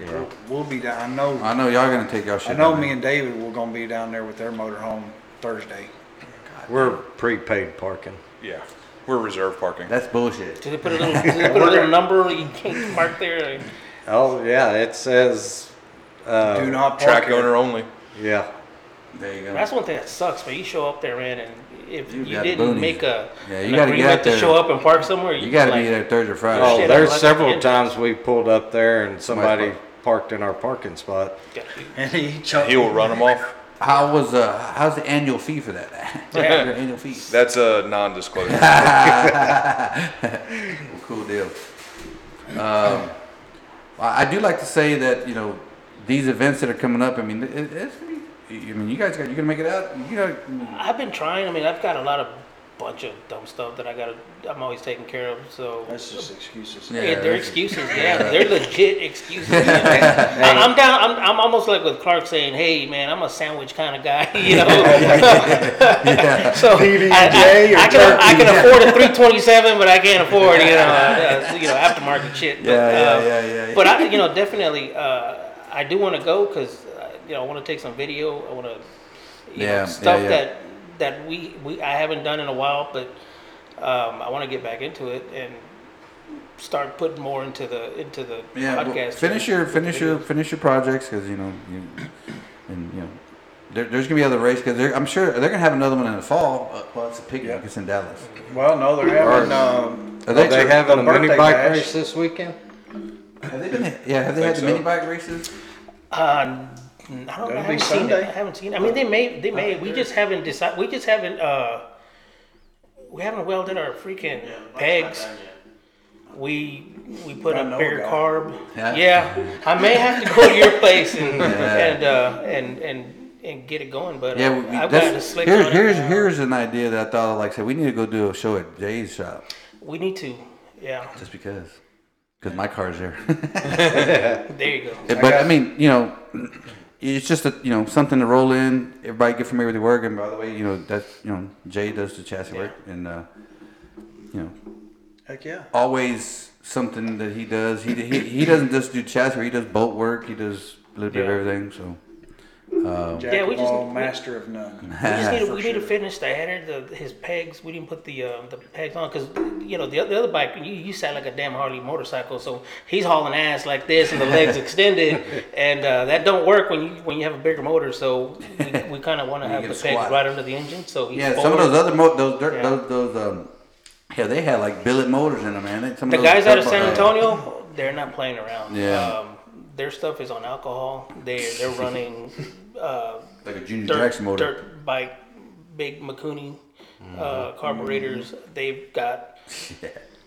we'll, we'll be down. I know.
I know y'all gonna take y'all shit.
I know.
down
Me
there.
and David were gonna be down there with their motorhome Thursday.
We're prepaid parking.
yeah. We're reserve parking.
That's bullshit.
Did they put a little, did they put a little number? You can't park there.
Oh yeah, it says. Uh,
Do not park
Track
here.
owner only.
yeah.
There you go.
That's one thing that sucks, man. You show up there, man, and if
You
you,
got
didn't
boonies.
make a
Yeah, you
an
gotta get
agreement
out
to
there.
show up and park somewhere,
You got to
like,
be there Thursday or Friday.
Oh,
Shit,
there's
I'm
several
lucky.
times we pulled up there and somebody
parked.
parked in our parking spot.
(laughs) And he chucked.
He will run them off.
How was uh? How's the annual fee for that?
(laughs) Yeah.
Your annual fee.
That's a
(laughs)
non-disclosure.
Well, cool deal. Um, I I do like to say that you know these events that are coming up. I mean, it, it's gonna be. I mean, you guys got you gonna make it out. You know,
I've been trying. I mean, I've got a lot of bunch of dumb stuff that I got. to I'm always taking care of. So
That's just excuses.
Yeah.
Yeah, they're
that's-
excuses.
(laughs)
Yeah, they're legit excuses. man. I- I'm down. I'm, I'm almost like with Clark saying, "Hey, man, I'm a sandwich kind of guy." (laughs) You know, (laughs)
(laughs)
so I, I, I can I can afford a 327, but I can't afford you know uh, you know aftermarket shit. But,
Yeah, yeah,
uh,
yeah, yeah, yeah.
But I, you know, definitely, uh, I do want to go because uh, you know I want to take some video. I want to you
Yeah, yeah,
know stuff
yeah.
that that we, we I haven't done in a while, but um, I want to get back into it and start putting more into the into the
Yeah,
podcast.
well, finish your
with the
finish your
videos.
finish your projects because you know, you, and you know, there, there's gonna be other races because I'm sure they're gonna have another one in the fall. Uh, well, it's a picnic. It's in Dallas.
(laughs) Well, no, they're having. Um,
Are
Are they
have,
having a
birthday
mini bike
bash.
race this weekend?
have they been? Yeah, have they had the
so.
mini bike races?
Uh, n- I don't know. I
That'll be
haven't seen it.
Sunday.
I haven't seen it. I mean, they may, they may. We just haven't decided. We just haven't. Uh, we haven't welded our freaking pegs. We we put
I
up
know
bare
a guy.
carb.
(laughs) Yeah.
Yeah. I may have to go to your place
(laughs)
and and uh, and and and get it going. But
Yeah,
uh,
we, we,
I've got a
that's,
slick
here,
on it.
here's here's an idea that I thought of. Like I said, we need to go do a show at Jay's shop
We need to. Yeah.
just because. Because my car's there. (laughs)
There you go.
but I mean, you know, it's just a, you know something to roll in. Everybody get familiar with the work, and by the way, you know that's you know Jay does the chassis work, and uh, you know
heck yeah.
always something that he does. He he, he doesn't just do chassis work. He does bolt work. He does a little bit
Yeah.
of everything. So Oh.
Jack
Yeah, we
of
just-
all,
we-
master of none.
We
Uh,
just need to, we need to finish the header, the, his pegs. We didn't put the uh, the pegs on because you know the, oth- the other bike you, you sat like a damn Harley motorcycle, so he's hauling ass like this and the
(laughs)
legs extended, and uh, that don't work when you when you have a bigger motor. So we, we
(laughs)
kind of want to have the
get a
pegs
squat.
right under the engine. So he's
yeah, some of those
forward.
other mo- those dirt,
Yeah.
those those um yeah they had like billet motors in them, man. They- Some
the
of those uh,
guys out of
turbo-
San Antonio, they're not playing around.
Yeah.
Um, their stuff is on alcohol. They
(laughs)
they're running uh,
like a Junior
dirt,
Jackson motor.
dirt bike, big Makuni uh,
Mm-hmm.
carburetors. They've
(laughs)
got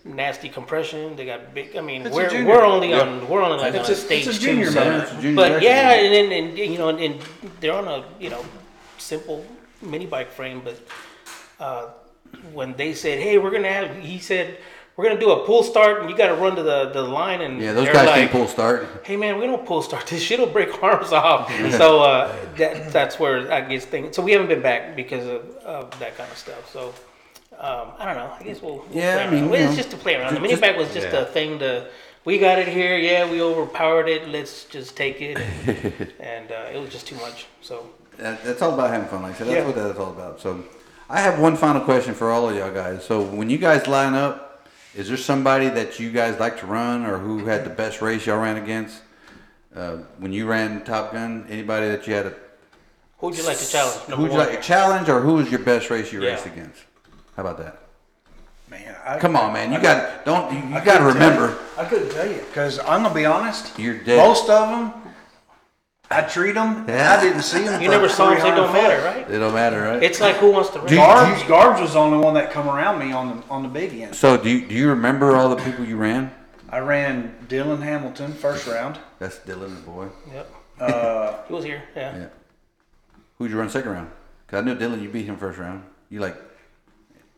nasty compression. They got big. I mean,
It's a
we're,
junior.
we're only on we're only like
It's
on
a-
a stage
it's a
two,
junior
so-
motor.
It's a Junior
But
Jackson
yeah,
motor.
and, then and you know, and, and they're on a you know simple mini bike frame. But uh, when they said, "Hey, we're gonna have," he said. We're gonna do a pull start, and you gotta run to the, the line, and
yeah, those
they're
guys
like,
can pull start.
hey man, we don't pull start (laughs) this shit'll break arms off. so uh, that that's where I guess things. So we haven't been back because of, of that kind of stuff. So um, I don't know. I guess we'll, we'll
Yeah,
play
I mean,
around.
you
it's
know,
just to play around. The
ju-
mini
just-
bike was just
yeah.
a thing to. We got it here. Yeah, we overpowered it. Let's just take
(laughs)
it, and, uh, it was just too much. So
That, that's all about having fun. Like I said, that's
Yeah.
what that's all about. So, I have one final question for all of y'all guys. So, when you guys line up, is there somebody that you guys like to run, or who had the best race y'all ran against? Uh, when you ran Top Gun, anybody that you had a
who'd you like to challenge? Number
who'd you
one.
like to challenge, or who was your best race you
Yeah.
raced against? How about that?
Man, I,
Come on, man. You got don't you,
I
you got to
couldn't tell
remember.
you. I couldn't tell you because I'm gonna be honest.
You're dead.
Most of them, I treat them.
Yeah.
I didn't see them.
you never saw them. They don't matter, right?
It don't matter, right?
It's like who wants to
you-
race?
Garbs, Garbs was the only one that come around me on the on the big end.
so, do you, do you remember all the people you ran?
I ran Dylan Hamilton first round.
That's Dylan's boy.
Yep.
Uh,
(laughs) He was here. Yeah.
Yeah. Who'd you run second round? Because I knew Dylan, you beat him first round. You like.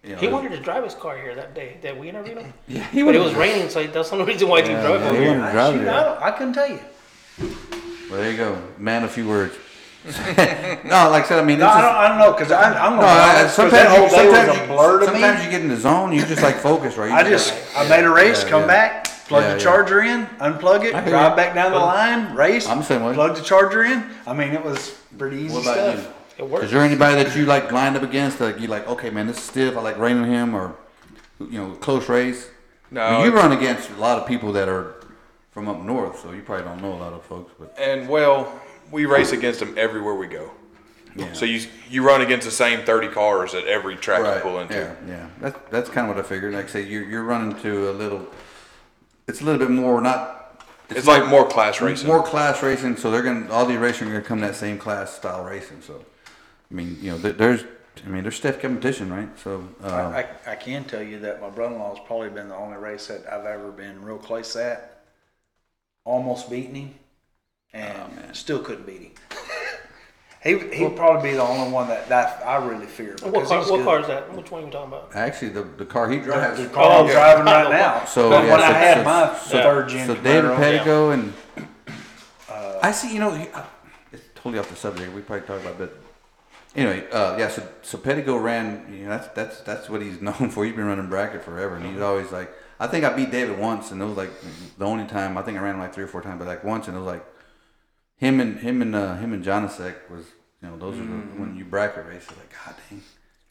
You know,
He wanted to drive his car here that day that we interviewed him.
Yeah, he
But
wanted
it was
to-
raining, so that's the only reason why he didn't
Yeah,
drive
yeah,
over
he
here.
wanted to
I,
drive
shoot,
there.
I, don't- I couldn't tell you.
Well, there you go. Man, a few
(laughs)
words. no, like I said, I mean,
No,
it's
I
just-
don't. I don't know because I'm. I'm gonna
no,
be
I- I-
honest, 'cause
sometimes, you,
that whole day was
sometimes,
a
you,
blur to me.
sometimes you get in the zone, you just like focus, right? You
I just I made a race,
Yeah,
come
yeah.
back, plug
Yeah,
the
yeah.
charger in, unplug it,
I hear
drive
you.
back down the line, race,
I'm the same way.
plug the charger in. I mean, it was pretty easy
What about
stuff.
you?
It worked.
Is there anybody that you like lined up against? Like you like, okay, man, this is stiff. I like raining him, or you know, close race.
No,
I mean, you
it's-
run against a lot of people that are from up north, so you probably don't know a lot of folks. But
And well, we race against them everywhere we go. So you you run against the same thirty cars at every track you pull into.
Yeah, yeah. That's that's kind of what I figured. Like I say, you're you're running to a little. It's a little bit more not.
It's like more class racing.
More class racing, so they're gonna all the racing are gonna come that same class style racing. So, I mean, you know, there, there's, I mean, there's stiff competition, right? So, uh,
I, I can tell you that my brother-in-law's probably been the only race that I've ever been real close at. Almost beaten him, and
Oh,
still couldn't beat him. (laughs) he he'd probably be the only one that, that I really fear.
What
because
car,
he's
what
good.
car is that? Which one are you talking about?
actually, the the car he drives.
The car I'm
Oh,
driving
yeah.
right now.
So,
But
yeah,
when
so-
I had
so-
my
so-
third gen,
So David
Camaro,
Pettigo and I see, you know, he- uh, it's totally off the subject. We probably talked about, it, but anyway, uh, yeah. So so Pettigo ran. You know, that's that's that's what he's (laughs) known for. He's been running bracket forever, and he's
Uh-huh.
always like, I think I beat David once, and it was like the only time. I think I ran like three or four times, but like once, and it was like
Mm-hmm.
him and him and uh, him and Jonasek was. You know, those are the, when you bracket race. Like, God dang,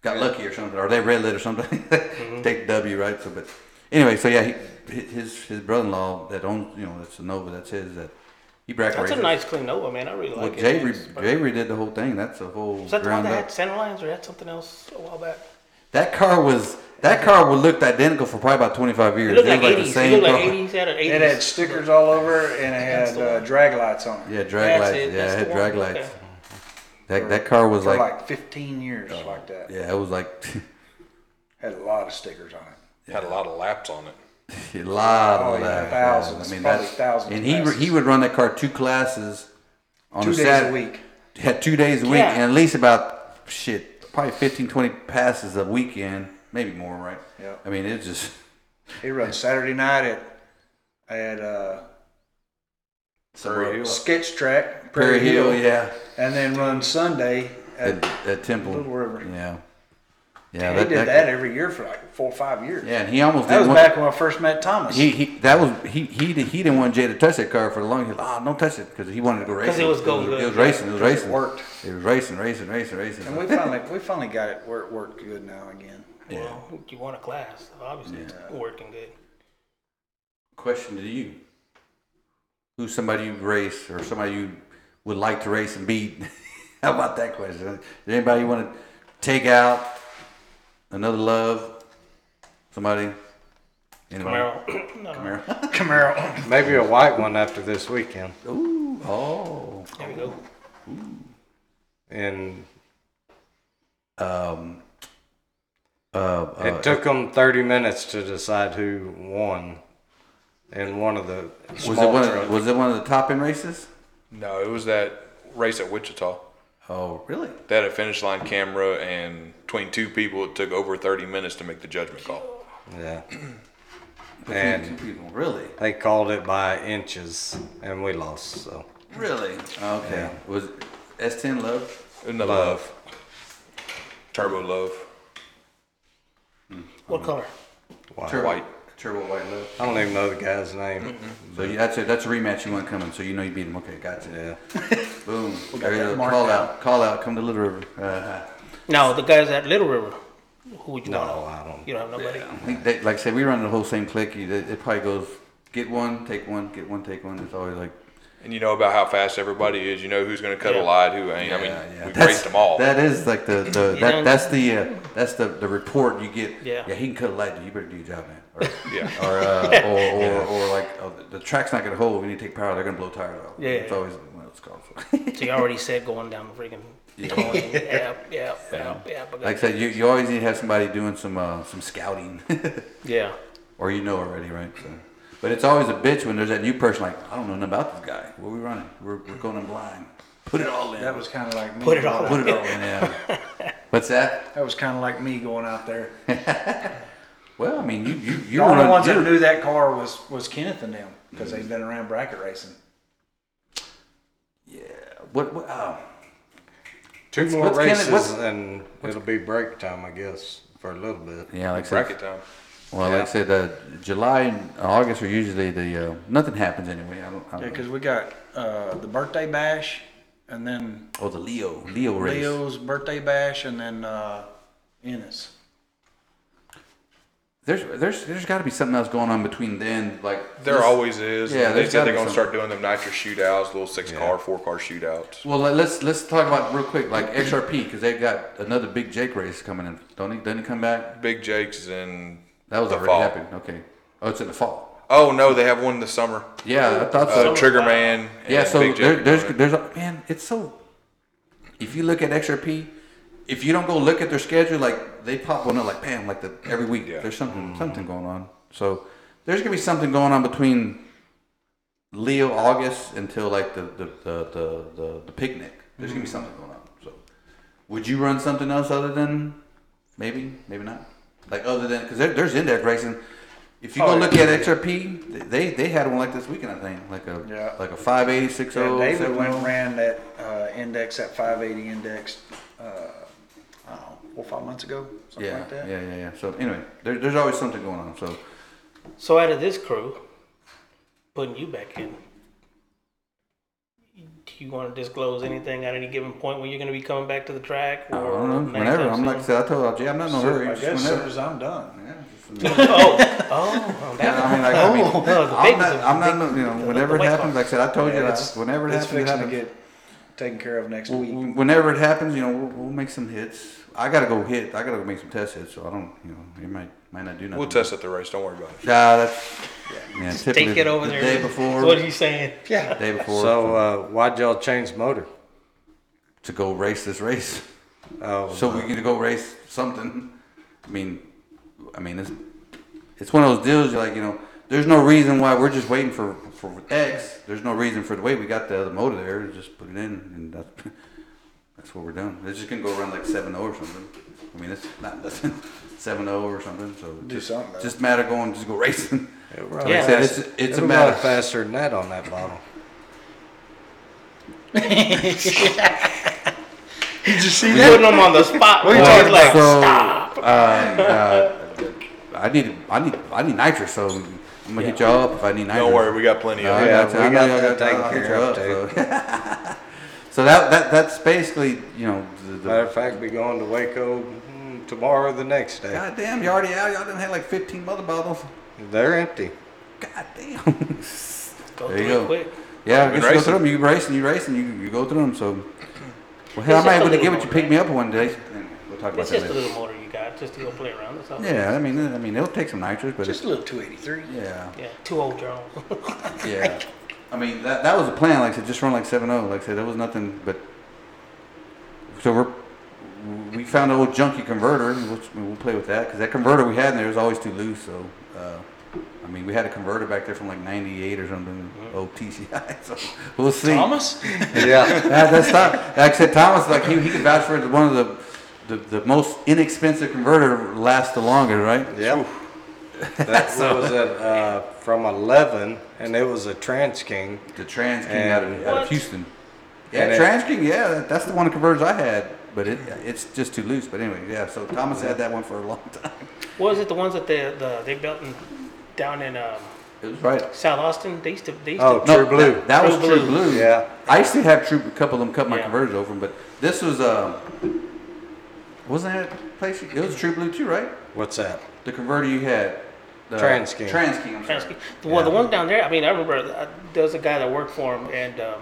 got lucky or something, or they read it or something. (laughs)
Mm-hmm.
Take W, right? So, but anyway, so yeah, he, his his brother-in-law that owns, you know, that's a Nova, that's his. That he brack
That's a
raised it.
nice clean Nova, man. I really
Well,
like
Jay,
it.
re,
It's-
Jay redid the whole thing. That's a whole
Is that the one
ground
that
up.
had center lines, or had something else a while back?
That car was that car would looked identical for probably about 25 years.
It looked like eighties. It looked like
car.
eighties. Had an
It had
eighties.
stickers all over it, and it
That's
had
the
uh,
one.
drag lights on it
Yeah, drag
That's
lights.
it,
Yeah,
that's
it
the
had drag
one,
lights.
okay.
That that car was
for
like,
like 15 years, like that.
yeah, it was like (laughs)
Had a lot of stickers on it.
Had a lot of laps on it.
a lot
Oh,
of
yeah,
that.
thousands,
I mean,
probably
that's
thousands
And
of
he
classes.
he would run that car two classes on
Two
a
days a
Saturday.
week.
Had two days a week
Yeah.
and at least about shit probably 15 20 passes a weekend, maybe more, right?
Yeah.
I mean, it just
He runs Saturday night at at uh,
Prairie Hill.
Sketch Track,
Prairie Hill, yeah.
and then runs Sunday at
At, at Temple.
Little River.
Yeah. Yeah,
he did that every year for like four or five years.
Yeah, and he almost
that
didn't
was
want-
back when I first met Thomas.
He, he that was he he did, he didn't want Jay to touch that car for the long. He was like, oh, don't touch it because he wanted to go racing.
'Cause it was going
It was
good.
racing. It was racing.
worked.
It was racing, racing, racing, racing.
and we finally we finally got it where it worked good now again.
Well, you want a class, obviously. It's working good.
Question to you: Who's somebody you race or somebody you would like to race and beat? (laughs) How about that question? Is there anybody you want to take out? Another love? Somebody? Anybody?
Camaro. (clears throat) no, no.
Camaro.
Camaro.
Maybe a white one after this weekend.
Ooh, oh.
There we go.
And
Um. Uh, uh,
it took them 30 minutes to decide who won in one of the small
was it one?
trucks.
Of, was it one of the top end races?
No, it was that race at Wichita.
Oh, really?
They had a finish line camera, and between two people, it took over 30 minutes to make the judgment call.
yeah.
Two
And
people, really?
they called it by inches, and we lost. So
Really? Okay. Was S10 love?
Isn't that love? Turbo love.
What
Mm-hmm.
color?
Turbo
White.
Turbo white love.
I don't even know the guy's name.
So you, that's it. That's a rematch you want coming. So you know you beat him. Okay, gotcha.
Yeah.
(laughs) Boom.
got
There you
that
go.
marked
Call
down.
out. Call out. Come to Little River. Uh,
Now the guys at Little River. Who would you
No,
want?
Oh, I don't.
You don't have nobody.
I think they, like I said, we run the whole same clique. You- It, it probably goes get one, take one, get one, take one. It's always like
And you know about how fast everybody is. You know who's going to cut
Yeah.
a line, who ain't. I mean, we raced them all.
That is like the, the
know?
that, that's the uh, that's the, the report you get.
Yeah.
Yeah, he can cut a light. You better do your job, man. Or,
(laughs) Yeah.
(laughs)
Or, uh, or, or, or like oh, the track's not gonna hold. We need to take power. They're gonna blow tires out.
Yeah.
It's always what it's called
(laughs)
for.
So you already said going down the
(laughs)
freaking. Going, yeah, yeah, yeah, yeah. but-
like I said, you, you always need to have somebody doing some uh, some scouting, (laughs)
Yeah.
or you know already, right? So, but it's always a bitch when there's that new person. Like I don't know nothing about this guy. What are we running? We're, we're going in blind. Put it all in.
That was kind of like me.
Put it all
Put
(laughs)
it all in. Yeah. What's that?
That was kind of like me going out there.
Well, I mean, you you you
The only
run-
ones
you-
that knew that car was was Kenneth and them because they've been around bracket racing.
What? what oh.
Two more
what's Kenneth-
races,
what's-
and it'll be break time, I guess, for a little bit.
Yeah, like I
Bracket
said.
time.
Well, like I said, uh, July and August are usually the uh, nothing happens anyway. I don't. I
Yeah,
don't
because we got uh, the birthday bash, and then
oh, the Leo Leo race.
Leo's birthday bash, and then uh, Ennis.
There's there's there's got to be something else going on between then. Like
There
this-
always is.
Yeah,
Yeah, they
there's
said
gotta
they're
be
going to start doing them nitro shootouts, little six car, four car shootouts.
Well, let- let's let's talk about real quick like XRP because they got another big Jake race coming in. Don't he? Doesn't he come back?
Big Jake's in.
That was
The
already
fall.
happened. Okay. Oh, it's in the fall.
Oh, no, they have one this summer.
Yeah, I thought so.
Uh, Triggerman.
Yeah,
and
so
Big
there,
Jake
there's
are doing it.
there's a man. It's so. If you look at XRP, if you don't go look at their schedule, like they pop one up like bam, like the every week.
Yeah.
There's something something going on. So there's gonna be something going on between Leo August until like the the the the, the, the picnic. There's gonna be
Mm-hmm.
something going on. So would you run something else other than maybe maybe not like other than because there, there's index racing. If you go
Oh, yeah.
look at XRP, th- they they had one like this weekend I think like a
Yeah.
like a five eighty six
So
oh
David
seven
went
oh.
and ran that uh, index, that 580 index, uh, I don't know, four or five months ago, something
Yeah,
like that.
yeah, yeah, yeah. So anyway, there, there's always something going on. So
So out of this crew, putting you back in, you want to disclose anything at any given point when you're going to be coming back to the track?
I
Or
don't know.
next
Whenever.
time
I'm like I
soon?
said, I told LJ, I'm not in no hurry.
I
Just
guess as soon
whenever.
as I'm done.
Yeah, just-
(laughs) oh, oh, well,
(laughs)
that,
Yeah, I mean, like,
(laughs)
I mean,
no, Oh, the
I'm
big-
not,
the
I'm not,
big-
no- you know,
the-
whenever
the
it
white
happens,
box.
like I said, I told you,
Yeah,
that
it's-
whenever it
it's
happens, it
fixing to
happens.
get taken care of next
W-
week.
w- Whenever it happens, you know, we'll, we'll make some hits. I gotta go hit. I gotta go make some test hits. So I don't, you know, you might might not do nothing.
We'll test at the race. Don't worry about it.
Nah, that's yeah. typically
Take it over
the
there.
Day before.
What are you saying?
Yeah.
day before.
So uh, why'd y'all change the motor?
to go race this race,
Oh,
so we can go race something. I mean, I mean, it's it's one of those deals. You're like, you know, there's no reason why we're just waiting for for X. There's no reason for the wait. We got the other motor there. Just put it in, and that's (laughs) that's what we're doing. It's just gonna go around like 7-0 or something. I mean, it's not nothing. (laughs) 7-0 or something. So
Do
just,
something, though.
just matter going, just go racing. (laughs)
it run
Yeah.
Like I said, it's it's
It's
a
a
matter.
lot faster than that on that bottle.
(laughs)
Did you see
Putting them on the spot.
What are you
boy,
talking
it's like,
so, uh, uh, I need I need I need nitrous, so I'm gonna hit y'all up if I need nitrous.
Don't worry, we got plenty of
Uh, I
it.
yeah,
got-
we
I
got
know y'all
that taken
I'll hit
care
y'all
of,
so. (laughs) So that that that's basically you know the, the
Matter of fact, be going to Waco mm, tomorrow or the next day.
God damn, you already out. Y'all done had like 15 mother bottles.
They're
(laughs)
empty.
God damn.
Go
There you
through it
go.
quick.
(laughs) yeah, I guess
Been
you go
racing.
through them. You race and you race and you, you go through them. So, well, hell, I
It's just
might
a
able
little
to get what you
motor,
picked
man.
me up one day. We'll talk about
It's
that
just a
later.
little motor you got just to go play around. That's all.
Yeah, I mean, I mean, it'll take some nitrous, but
Just a little 283.
it's, yeah.
Yeah, two old (laughs) drones.
Yeah. I mean, that, that was the plan. Like I said, just run like 7 0. Like I said, there was nothing but. So we're. We found an old junky converter, and we'll, we'll play with that because that converter we had in there was always too loose. So, uh, I mean, we had a converter back there from like '98 or something, old TCI. (laughs) So we'll see.
Thomas?
Yeah.
That, that's not. Like I said, Thomas, like he, he could vouch for it. One of the, the the most inexpensive converter lasts the longest, right?
yep.
(laughs)
That was a, uh, from 11, and it was a Trans King.
The Trans King out of,
And-
out
What?
of Houston. Yeah,
And it-
Trans King. Yeah, that- that's the one of converters I had, but it it's just too loose. But anyway, yeah. So Thomas had that one for a long (laughs) time.
Was it the ones that the, the they built in, down in um,
It was right.
South Austin? They used to. They used
Oh,
to
True Blue.
That, that was
True
True
Blue.
Blue.
Yeah.
I used to have True. A couple of them cut my
Yeah.
converters over 'em, but this was uh, wasn't that a place? It was True Blue too, right?
What's that?
The converter you had. The
Trans King.
Trans King. I'm sorry.
Well, the ones down there, I mean, I remember uh, there was a guy that worked for him, and um,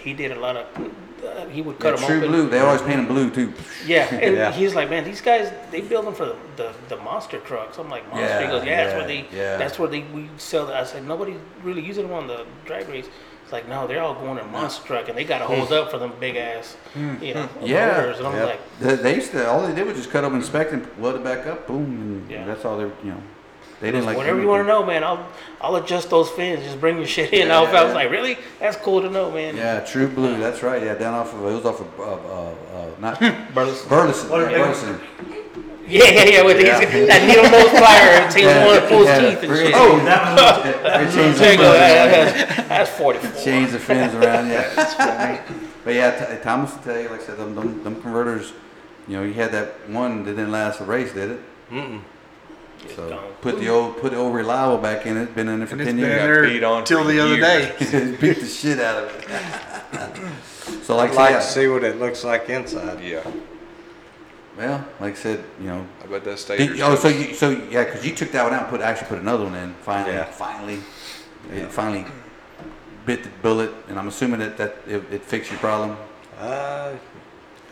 he did a lot of. Uh, he would cut
Yeah,
them
True
open.
Blue. They always paint them blue too. (laughs)
Yeah, and
Yeah.
he's like, man, these guys, they build them for the, the, the monster trucks. I'm like, monster. he
Yeah,
goes, yeah, that's where they,
yeah, yeah.
that's where they we sell. That. I said, nobody really using them on the drag race. It's like, no, they're all going in monster truck, and they got to hold up for them big ass, you know,
Hmm. (laughs) Yeah.
motors. And I'm
Yeah.
like,
They, they used to. All they did was just cut them, inspect them, weld it back up, boom, and
Yeah.
that's all they. You know, they didn't like
whatever you want to know, man, I'll I'll adjust those fins. Just bring your shit in.
Yeah,
I was, I was
yeah.
like, really? That's cool to know, man.
Yeah, True Blue. That's right. Yeah, down off of it was off of uh, uh, uh, not
(laughs) Burleson.
Burleson.
What are they-
Burleson.
Yeah, yeah, yeah. With
Yeah.
These, that needle nose plier takes
Yeah,
one pulls
yeah,
teeth and
really.
shit.
(laughs) Oh,
that was
They changed
There
the
you go.
fins.
(laughs) That's, that's 44.
Change the fins
(laughs)
around. Yeah. but yeah, T- Thomas will tell you. Like I said, them, them, them converters. You know, you had that one that didn't last a race, did it?
gone.
Mm-mm. So put the old put the old reliable back in. It's been in there for
And it's
ten
been
years.
got
there
beat on
till
for
the other day.
years.
beat the shit out of it. so like, I
I'd like to
said,
see what it looks like inside.
Yeah,
yeah, well, like I said, you know.
I bet that stage.
Did, oh, so you, so yeah, because you took that one out and put actually put another one in. Finally,
Yeah.
finally, it finally bit the bullet, and I'm assuming that that it, it fixed your problem.
Uh,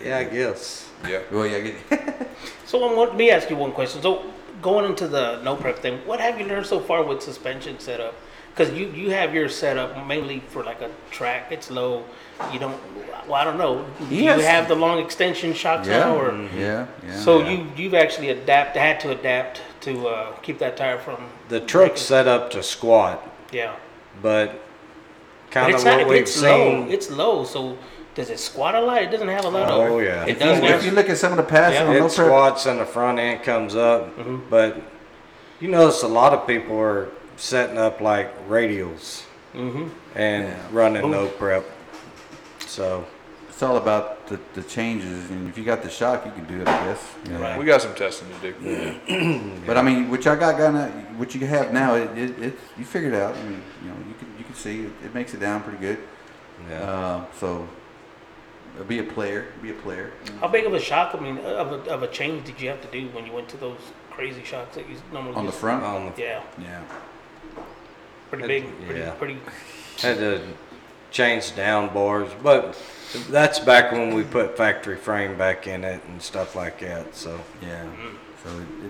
yeah, I guess.
yeah.
Well, yeah, I
(laughs)
get-
So um, let me ask you one question. So going into the no prep thing, what have you learned so far with suspension setup? Because you, you have your setup mainly for like a track. It's low. You don't. Well, I don't know. Do
Yes.
you have the long extension shocks
yeah, Mm-hmm.
now, or
yeah, yeah.
so you you've actually adapt had to adapt to uh, keep that tire from
The truck's set up to squat,
yeah.
but
But
kind of
it's not.
what we've
It's low.
seen.
It's low. So does it squat a lot? It doesn't have a lot of.
Oh, yeah.
It
If
does.
If you- if you look at some of the passes
Yeah.
on
it
no prep,
squats and the front end comes up,
Mm-hmm.
but you notice a lot of people are setting up like radials
Mm-hmm.
and running no prep. So
it's all about the, the changes, and if you got the shock, you can do it, I guess. you know.
We got some testing to do.
But I mean, what y'all got gonna, what you have now, it, it, it you figured out. I mean, you know, you can you can see it, it makes it down pretty good.
Yeah.
Uh, so uh, be a player. Be a player.
How big of a shock, I mean, of a, of a change did you have to do when you went to those crazy shocks that you normally
On the
get?
front.
on the
Yeah,
Yeah.
pretty big, pretty,
Yeah.
pretty.
had to change down bars, but that's back when we put factory frame back in it and stuff like that. So
Yeah.
Mm-hmm.
So it,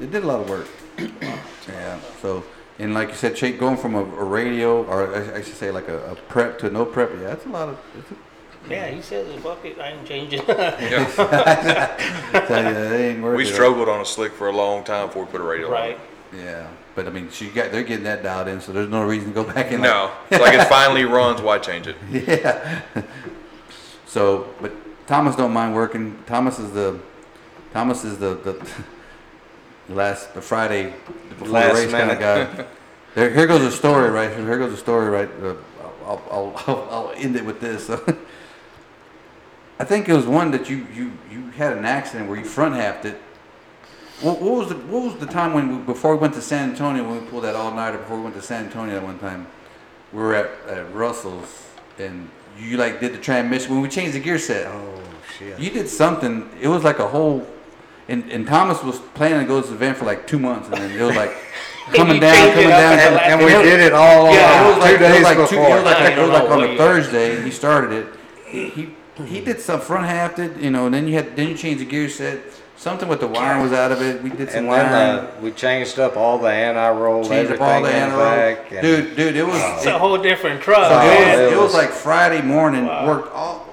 it, it did a lot of work. yeah. So and like you said, Shake, going from a, a radio or I, I should say like a, a prep to no prep. Yeah, that's a lot of. It's a,
Yeah, he says, "Fuck it, I ain't changing." right.
(laughs)
Yeah.
tell you, that ain't worth
(laughs) we
it.
struggled on a slick for a long time before we put
(laughs)
a radio on.
Yeah. But I mean, she got they're getting that dialed in, so there's no reason to go back in.
No, it's like it finally runs. Why change it?
(laughs) yeah. so, but Thomas don't mind working. Thomas is the, Thomas is the (laughs) the last the Friday before
Last
the race kind of
minute. (laughs)
guy. There, here goes a story, right? Here goes a story, right? Uh, I'll, I'll, (laughs) I'll, I'll end it with this. (laughs) I think it was one that you, you, you had an accident where you front halved it. What, what was the what was the time when we, before we went to San Antonio when we pulled that all nighter before we went to San Antonio that one time? We were at, at Russell's and you like did the transmission when we changed the gear set.
oh shit.
You did something. It was like a whole. And, and Thomas was planning to go to this event for like two months, and then it
(laughs)
was like coming
You
down,
changed it
coming
up
down,
at the
and,
last
and we
minute.
did
it all on
yeah, it was
two
like, it
days
was like, two,
before.
it was
(laughs)
like,
I
it was
don't
like
know
on
what
a
year.
Thursday. He started it. He he did some front half it, you know. And then you had then you changed the gear set. Something with the wire was out of it. We did some
and
wiring.
then uh, we changed up all the anti roll,
changed
everything
up all the
in back.
anti
and-
dude. Dude, it was
It's
it,
a whole different truck.
so
man.
it, was,
it
it was
was-
like Friday morning.
Wow.
Worked all.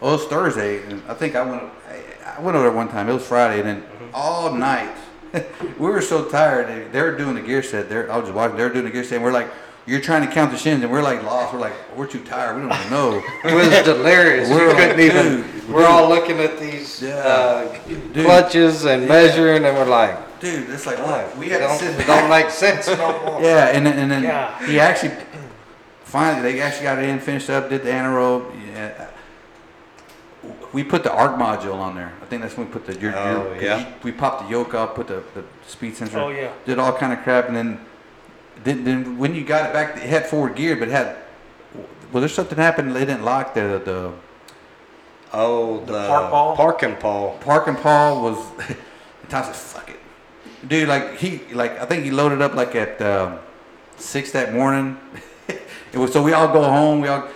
Well, it was Thursday, and I think I went. I, I went over there one time. It was Friday, and then all night (laughs) we were so tired. They, they were doing the gear set. There, I was just watching. They were doing the gear set. and We're like, you're trying to count the shins, and we're like lost. We're like, we're too tired. We don't even know.
It was delirious.
We're
we
like,
couldn't
dude,
even. We're all looking at these
Yeah.
uh,
Dude.
clutches and measuring, and we're like,
Dude, it's like
"What?
we had to
don't,
sit down.
it don't make
(laughs)
sense no more."
Yeah, and then, and then
Yeah.
he actually finally they actually got it in, finished up, did the anaerobe. Yeah. We put the arc module on there. I think that's when we put the your,
Oh,
your,
yeah.
we popped the yoke up, put the, the speed sensor.
Oh, yeah.
Did all kind of crap, and then then, then when you got it back, it had forward gear, but it had well, there's something happened. They didn't lock the the
Oh, the,
park ball?
parking pole.
Park and Paul was. (laughs) Tom said, "Fuck it, dude." Like he, like I think he loaded up like at um, six that morning. (laughs) it was so we all go home. We all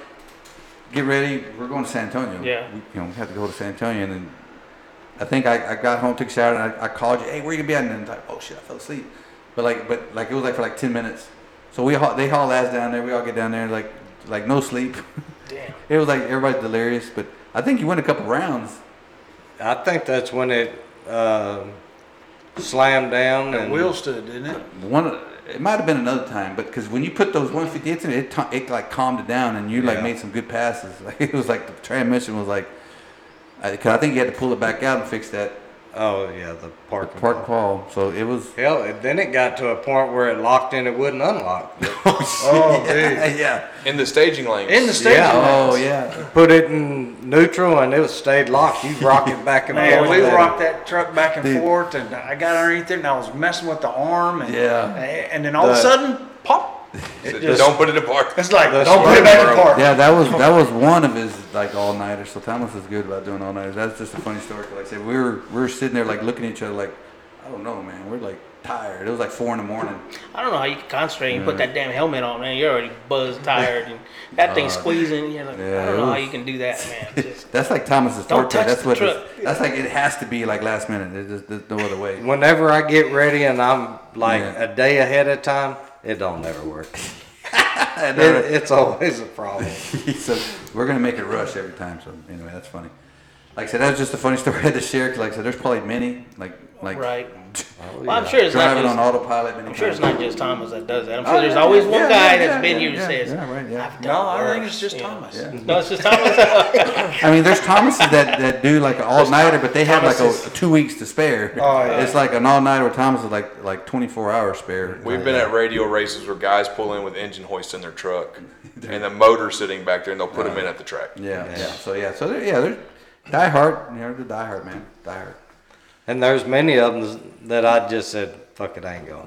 get ready. We're going to San Antonio.
Yeah.
we, you know we have to go to San Antonio, and then I think I, I got home, took a shower, and I, I called you. Hey, where you gonna be at? And then it's like, oh shit, I fell asleep. But like, but like it was like for like ten minutes. So we haul, they haul ass down there. We all get down there like like no sleep. (laughs)
Damn.
it was like everybody's delirious. But I think you went a couple rounds.
I think that's when it uh, slammed down.
The
And
(laughs) wheel stood, didn't it?
one it might have been another time but because when you put those 158s in it it, to- it like calmed it down and you like
Yeah.
made some good passes (laughs) like it was like the transmission was like I, cause I think you had to pull it back out and fix that
Oh yeah, the parking
park
pole.
wall so it was
Hell, and then it got to a point where it locked and it wouldn't unlock.
Oh,
(laughs) yeah,
dude.
yeah
In the staging lanes.
In the station,
oh yeah
put it in neutral and it was stayed locked. You rock it back and
(laughs) Man,
forth.
we
and-
rocked that truck back and
Dude.
forth, and I got underneath it, and I was messing with the arm, and eh,
Yeah.
and then all of a
The-
sudden, pop!
Said,
just-
don't put it apart.
(laughs)
It's like
That's
don't put it
right.
back in park.
yeah that was that was one of his like all-nighters so Thomas is good about doing all-nighters that's just a funny story 'cause like I said we were we were sitting there like looking at each other like I don't know man we're like tired it was like four in the morning
I don't know how you can concentrate and put that damn helmet on, man. You're already buzzed, tired, and that
Uh,
thing's squeezing. You're like,
yeah,
I
it
don't know how
was-
you can do that, man. Just,
That's like Thomas's
Don't
torture.
touch
That's
the
what. it's-
truck.
That's like it has to be like last minute. There's, just, there's no other way.
(laughs) Whenever I get ready and I'm like
Yeah.
a day ahead of time, it don't never
(laughs)
work. It,
And,
it's always a
(laughs)
problem.
uh, so we're gonna make it rush every time. So anyway, that's funny. Like I said, that was just a funny (laughs) story I had to share. 'cause like I said, there's probably many. Like like
Right.
(laughs) Oh,
well, I'm
yeah.
sure it's not
driving
just.
on autopilot. Many
I'm sure it's
times.
not just Thomas that does that. I'm
Oh,
sure there's
yeah,
always
yeah,
one
yeah,
guy
yeah,
that's
yeah,
been here who
yeah,
says,
yeah, right, yeah.
"I've
No,
done
I think
worse,"
it's just
you know.
Thomas.
No, it's just
(laughs)
Thomas.
I mean,
(laughs)
there's Thomases that, that do like an all nighter, but they have like a,
Thomases.
two weeks to spare.
Oh, yeah.
It's like an all nighter with Thomas is like like 24 hour spare.
We've been at radio races where guys pull in with engine hoists in their
(laughs)
truck and the motor sitting back there and they'll put them in at the track.
Yeah, yeah. So yeah, so there, yeah, there's die hard. You know, the die hard man, die hard.
And there's many of them that I just said, fuck it, I ain't
(laughs)
going.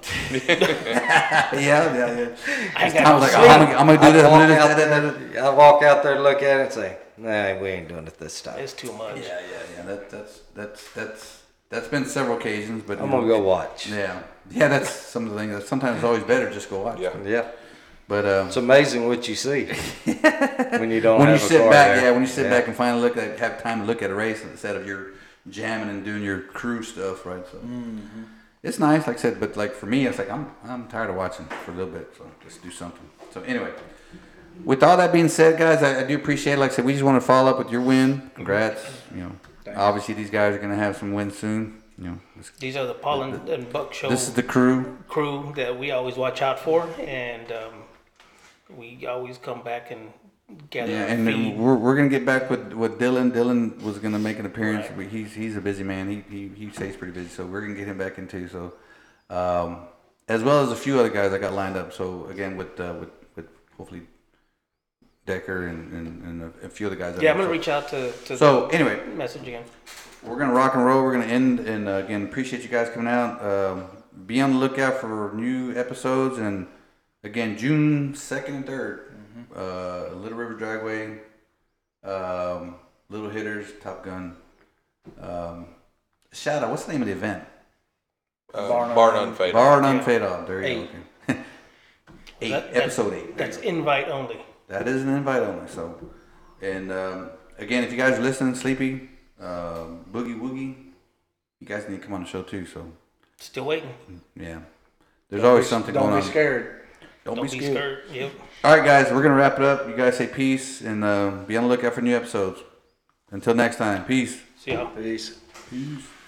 yeah, yeah, yeah. (laughs)
I ain't got
I was
no
like,
sleep.
oh, I'm, gonna, I'm gonna do
I'd
this. I'm
walk,
gonna do
out
this, that, that, that.
there, I'd walk out there, look at it, and say, nah, we ain't doing it this time.
It's too much.
Yeah, yeah, yeah. That, that's that's that's that's been several occasions, but
I'm
you
gonna
know,
go watch. Yeah.
Yeah, yeah. That's some of the things. Sometimes it's always better just go watch.
Yeah.
But um,
It's amazing what
(laughs)
you see when you don't
when you
have a
sit
car
back,
there.
yeah, when you sit back and finally look at have time to look at a race instead of your jamming and doing your crew stuff, right? So it's nice, like I said, but like for me, it's like I'm I'm tired of watching for a little bit, so let's do something. So anyway, with all that being said, guys, I, I do appreciate. it. Like I said, we just want to follow up with your win. Congrats, you know. Obviously, these guys are gonna have some wins soon. You know, this,
These are the Paul and, and Buck show
this is the crew.
crew that we always watch out for, and um, we always come back and gather
Yeah,
our
and
feed.
then we're, we're gonna get back with, with Dylan. Dylan was gonna make an appearance, but he's he's a busy man. He, he he stays pretty busy, so we're gonna get him back in too. So, um, as well as a few other guys I got lined up. So again, with uh, with with hopefully Decker and and, and a, a few other guys. I
yeah, I'm
know.
gonna reach out to to
So anyway,
the message again.
we're gonna rock and roll. We're gonna end, and uh, again, appreciate you guys coming out. Um, be on the lookout for new episodes, and again, June second and 3rd uh, Little River Dragway, um, Little Hitters, Top Gun. Um, shout out! What's the name of the event?
Uh,
Bar none.
Bar none fade.
Bar None Fade Off. There you
Eight.
go. Okay. (laughs) eight,
That- that-
episode eight. There you
That's
go.
invite only.
That is an invite only. So, and um, again, if you guys are listening, Sleepy, uh, Boogie Woogie, you guys need to come on the show too. So,
Still waiting.
yeah, there's always something
Don't
going
be
on.
scared.
Don't,
Don't be scared. Yep.
All right, guys, we're gonna wrap it up. You guys say peace and uh, be on the lookout for new episodes. Until next time, peace.
See y'all.
Peace.
Peace.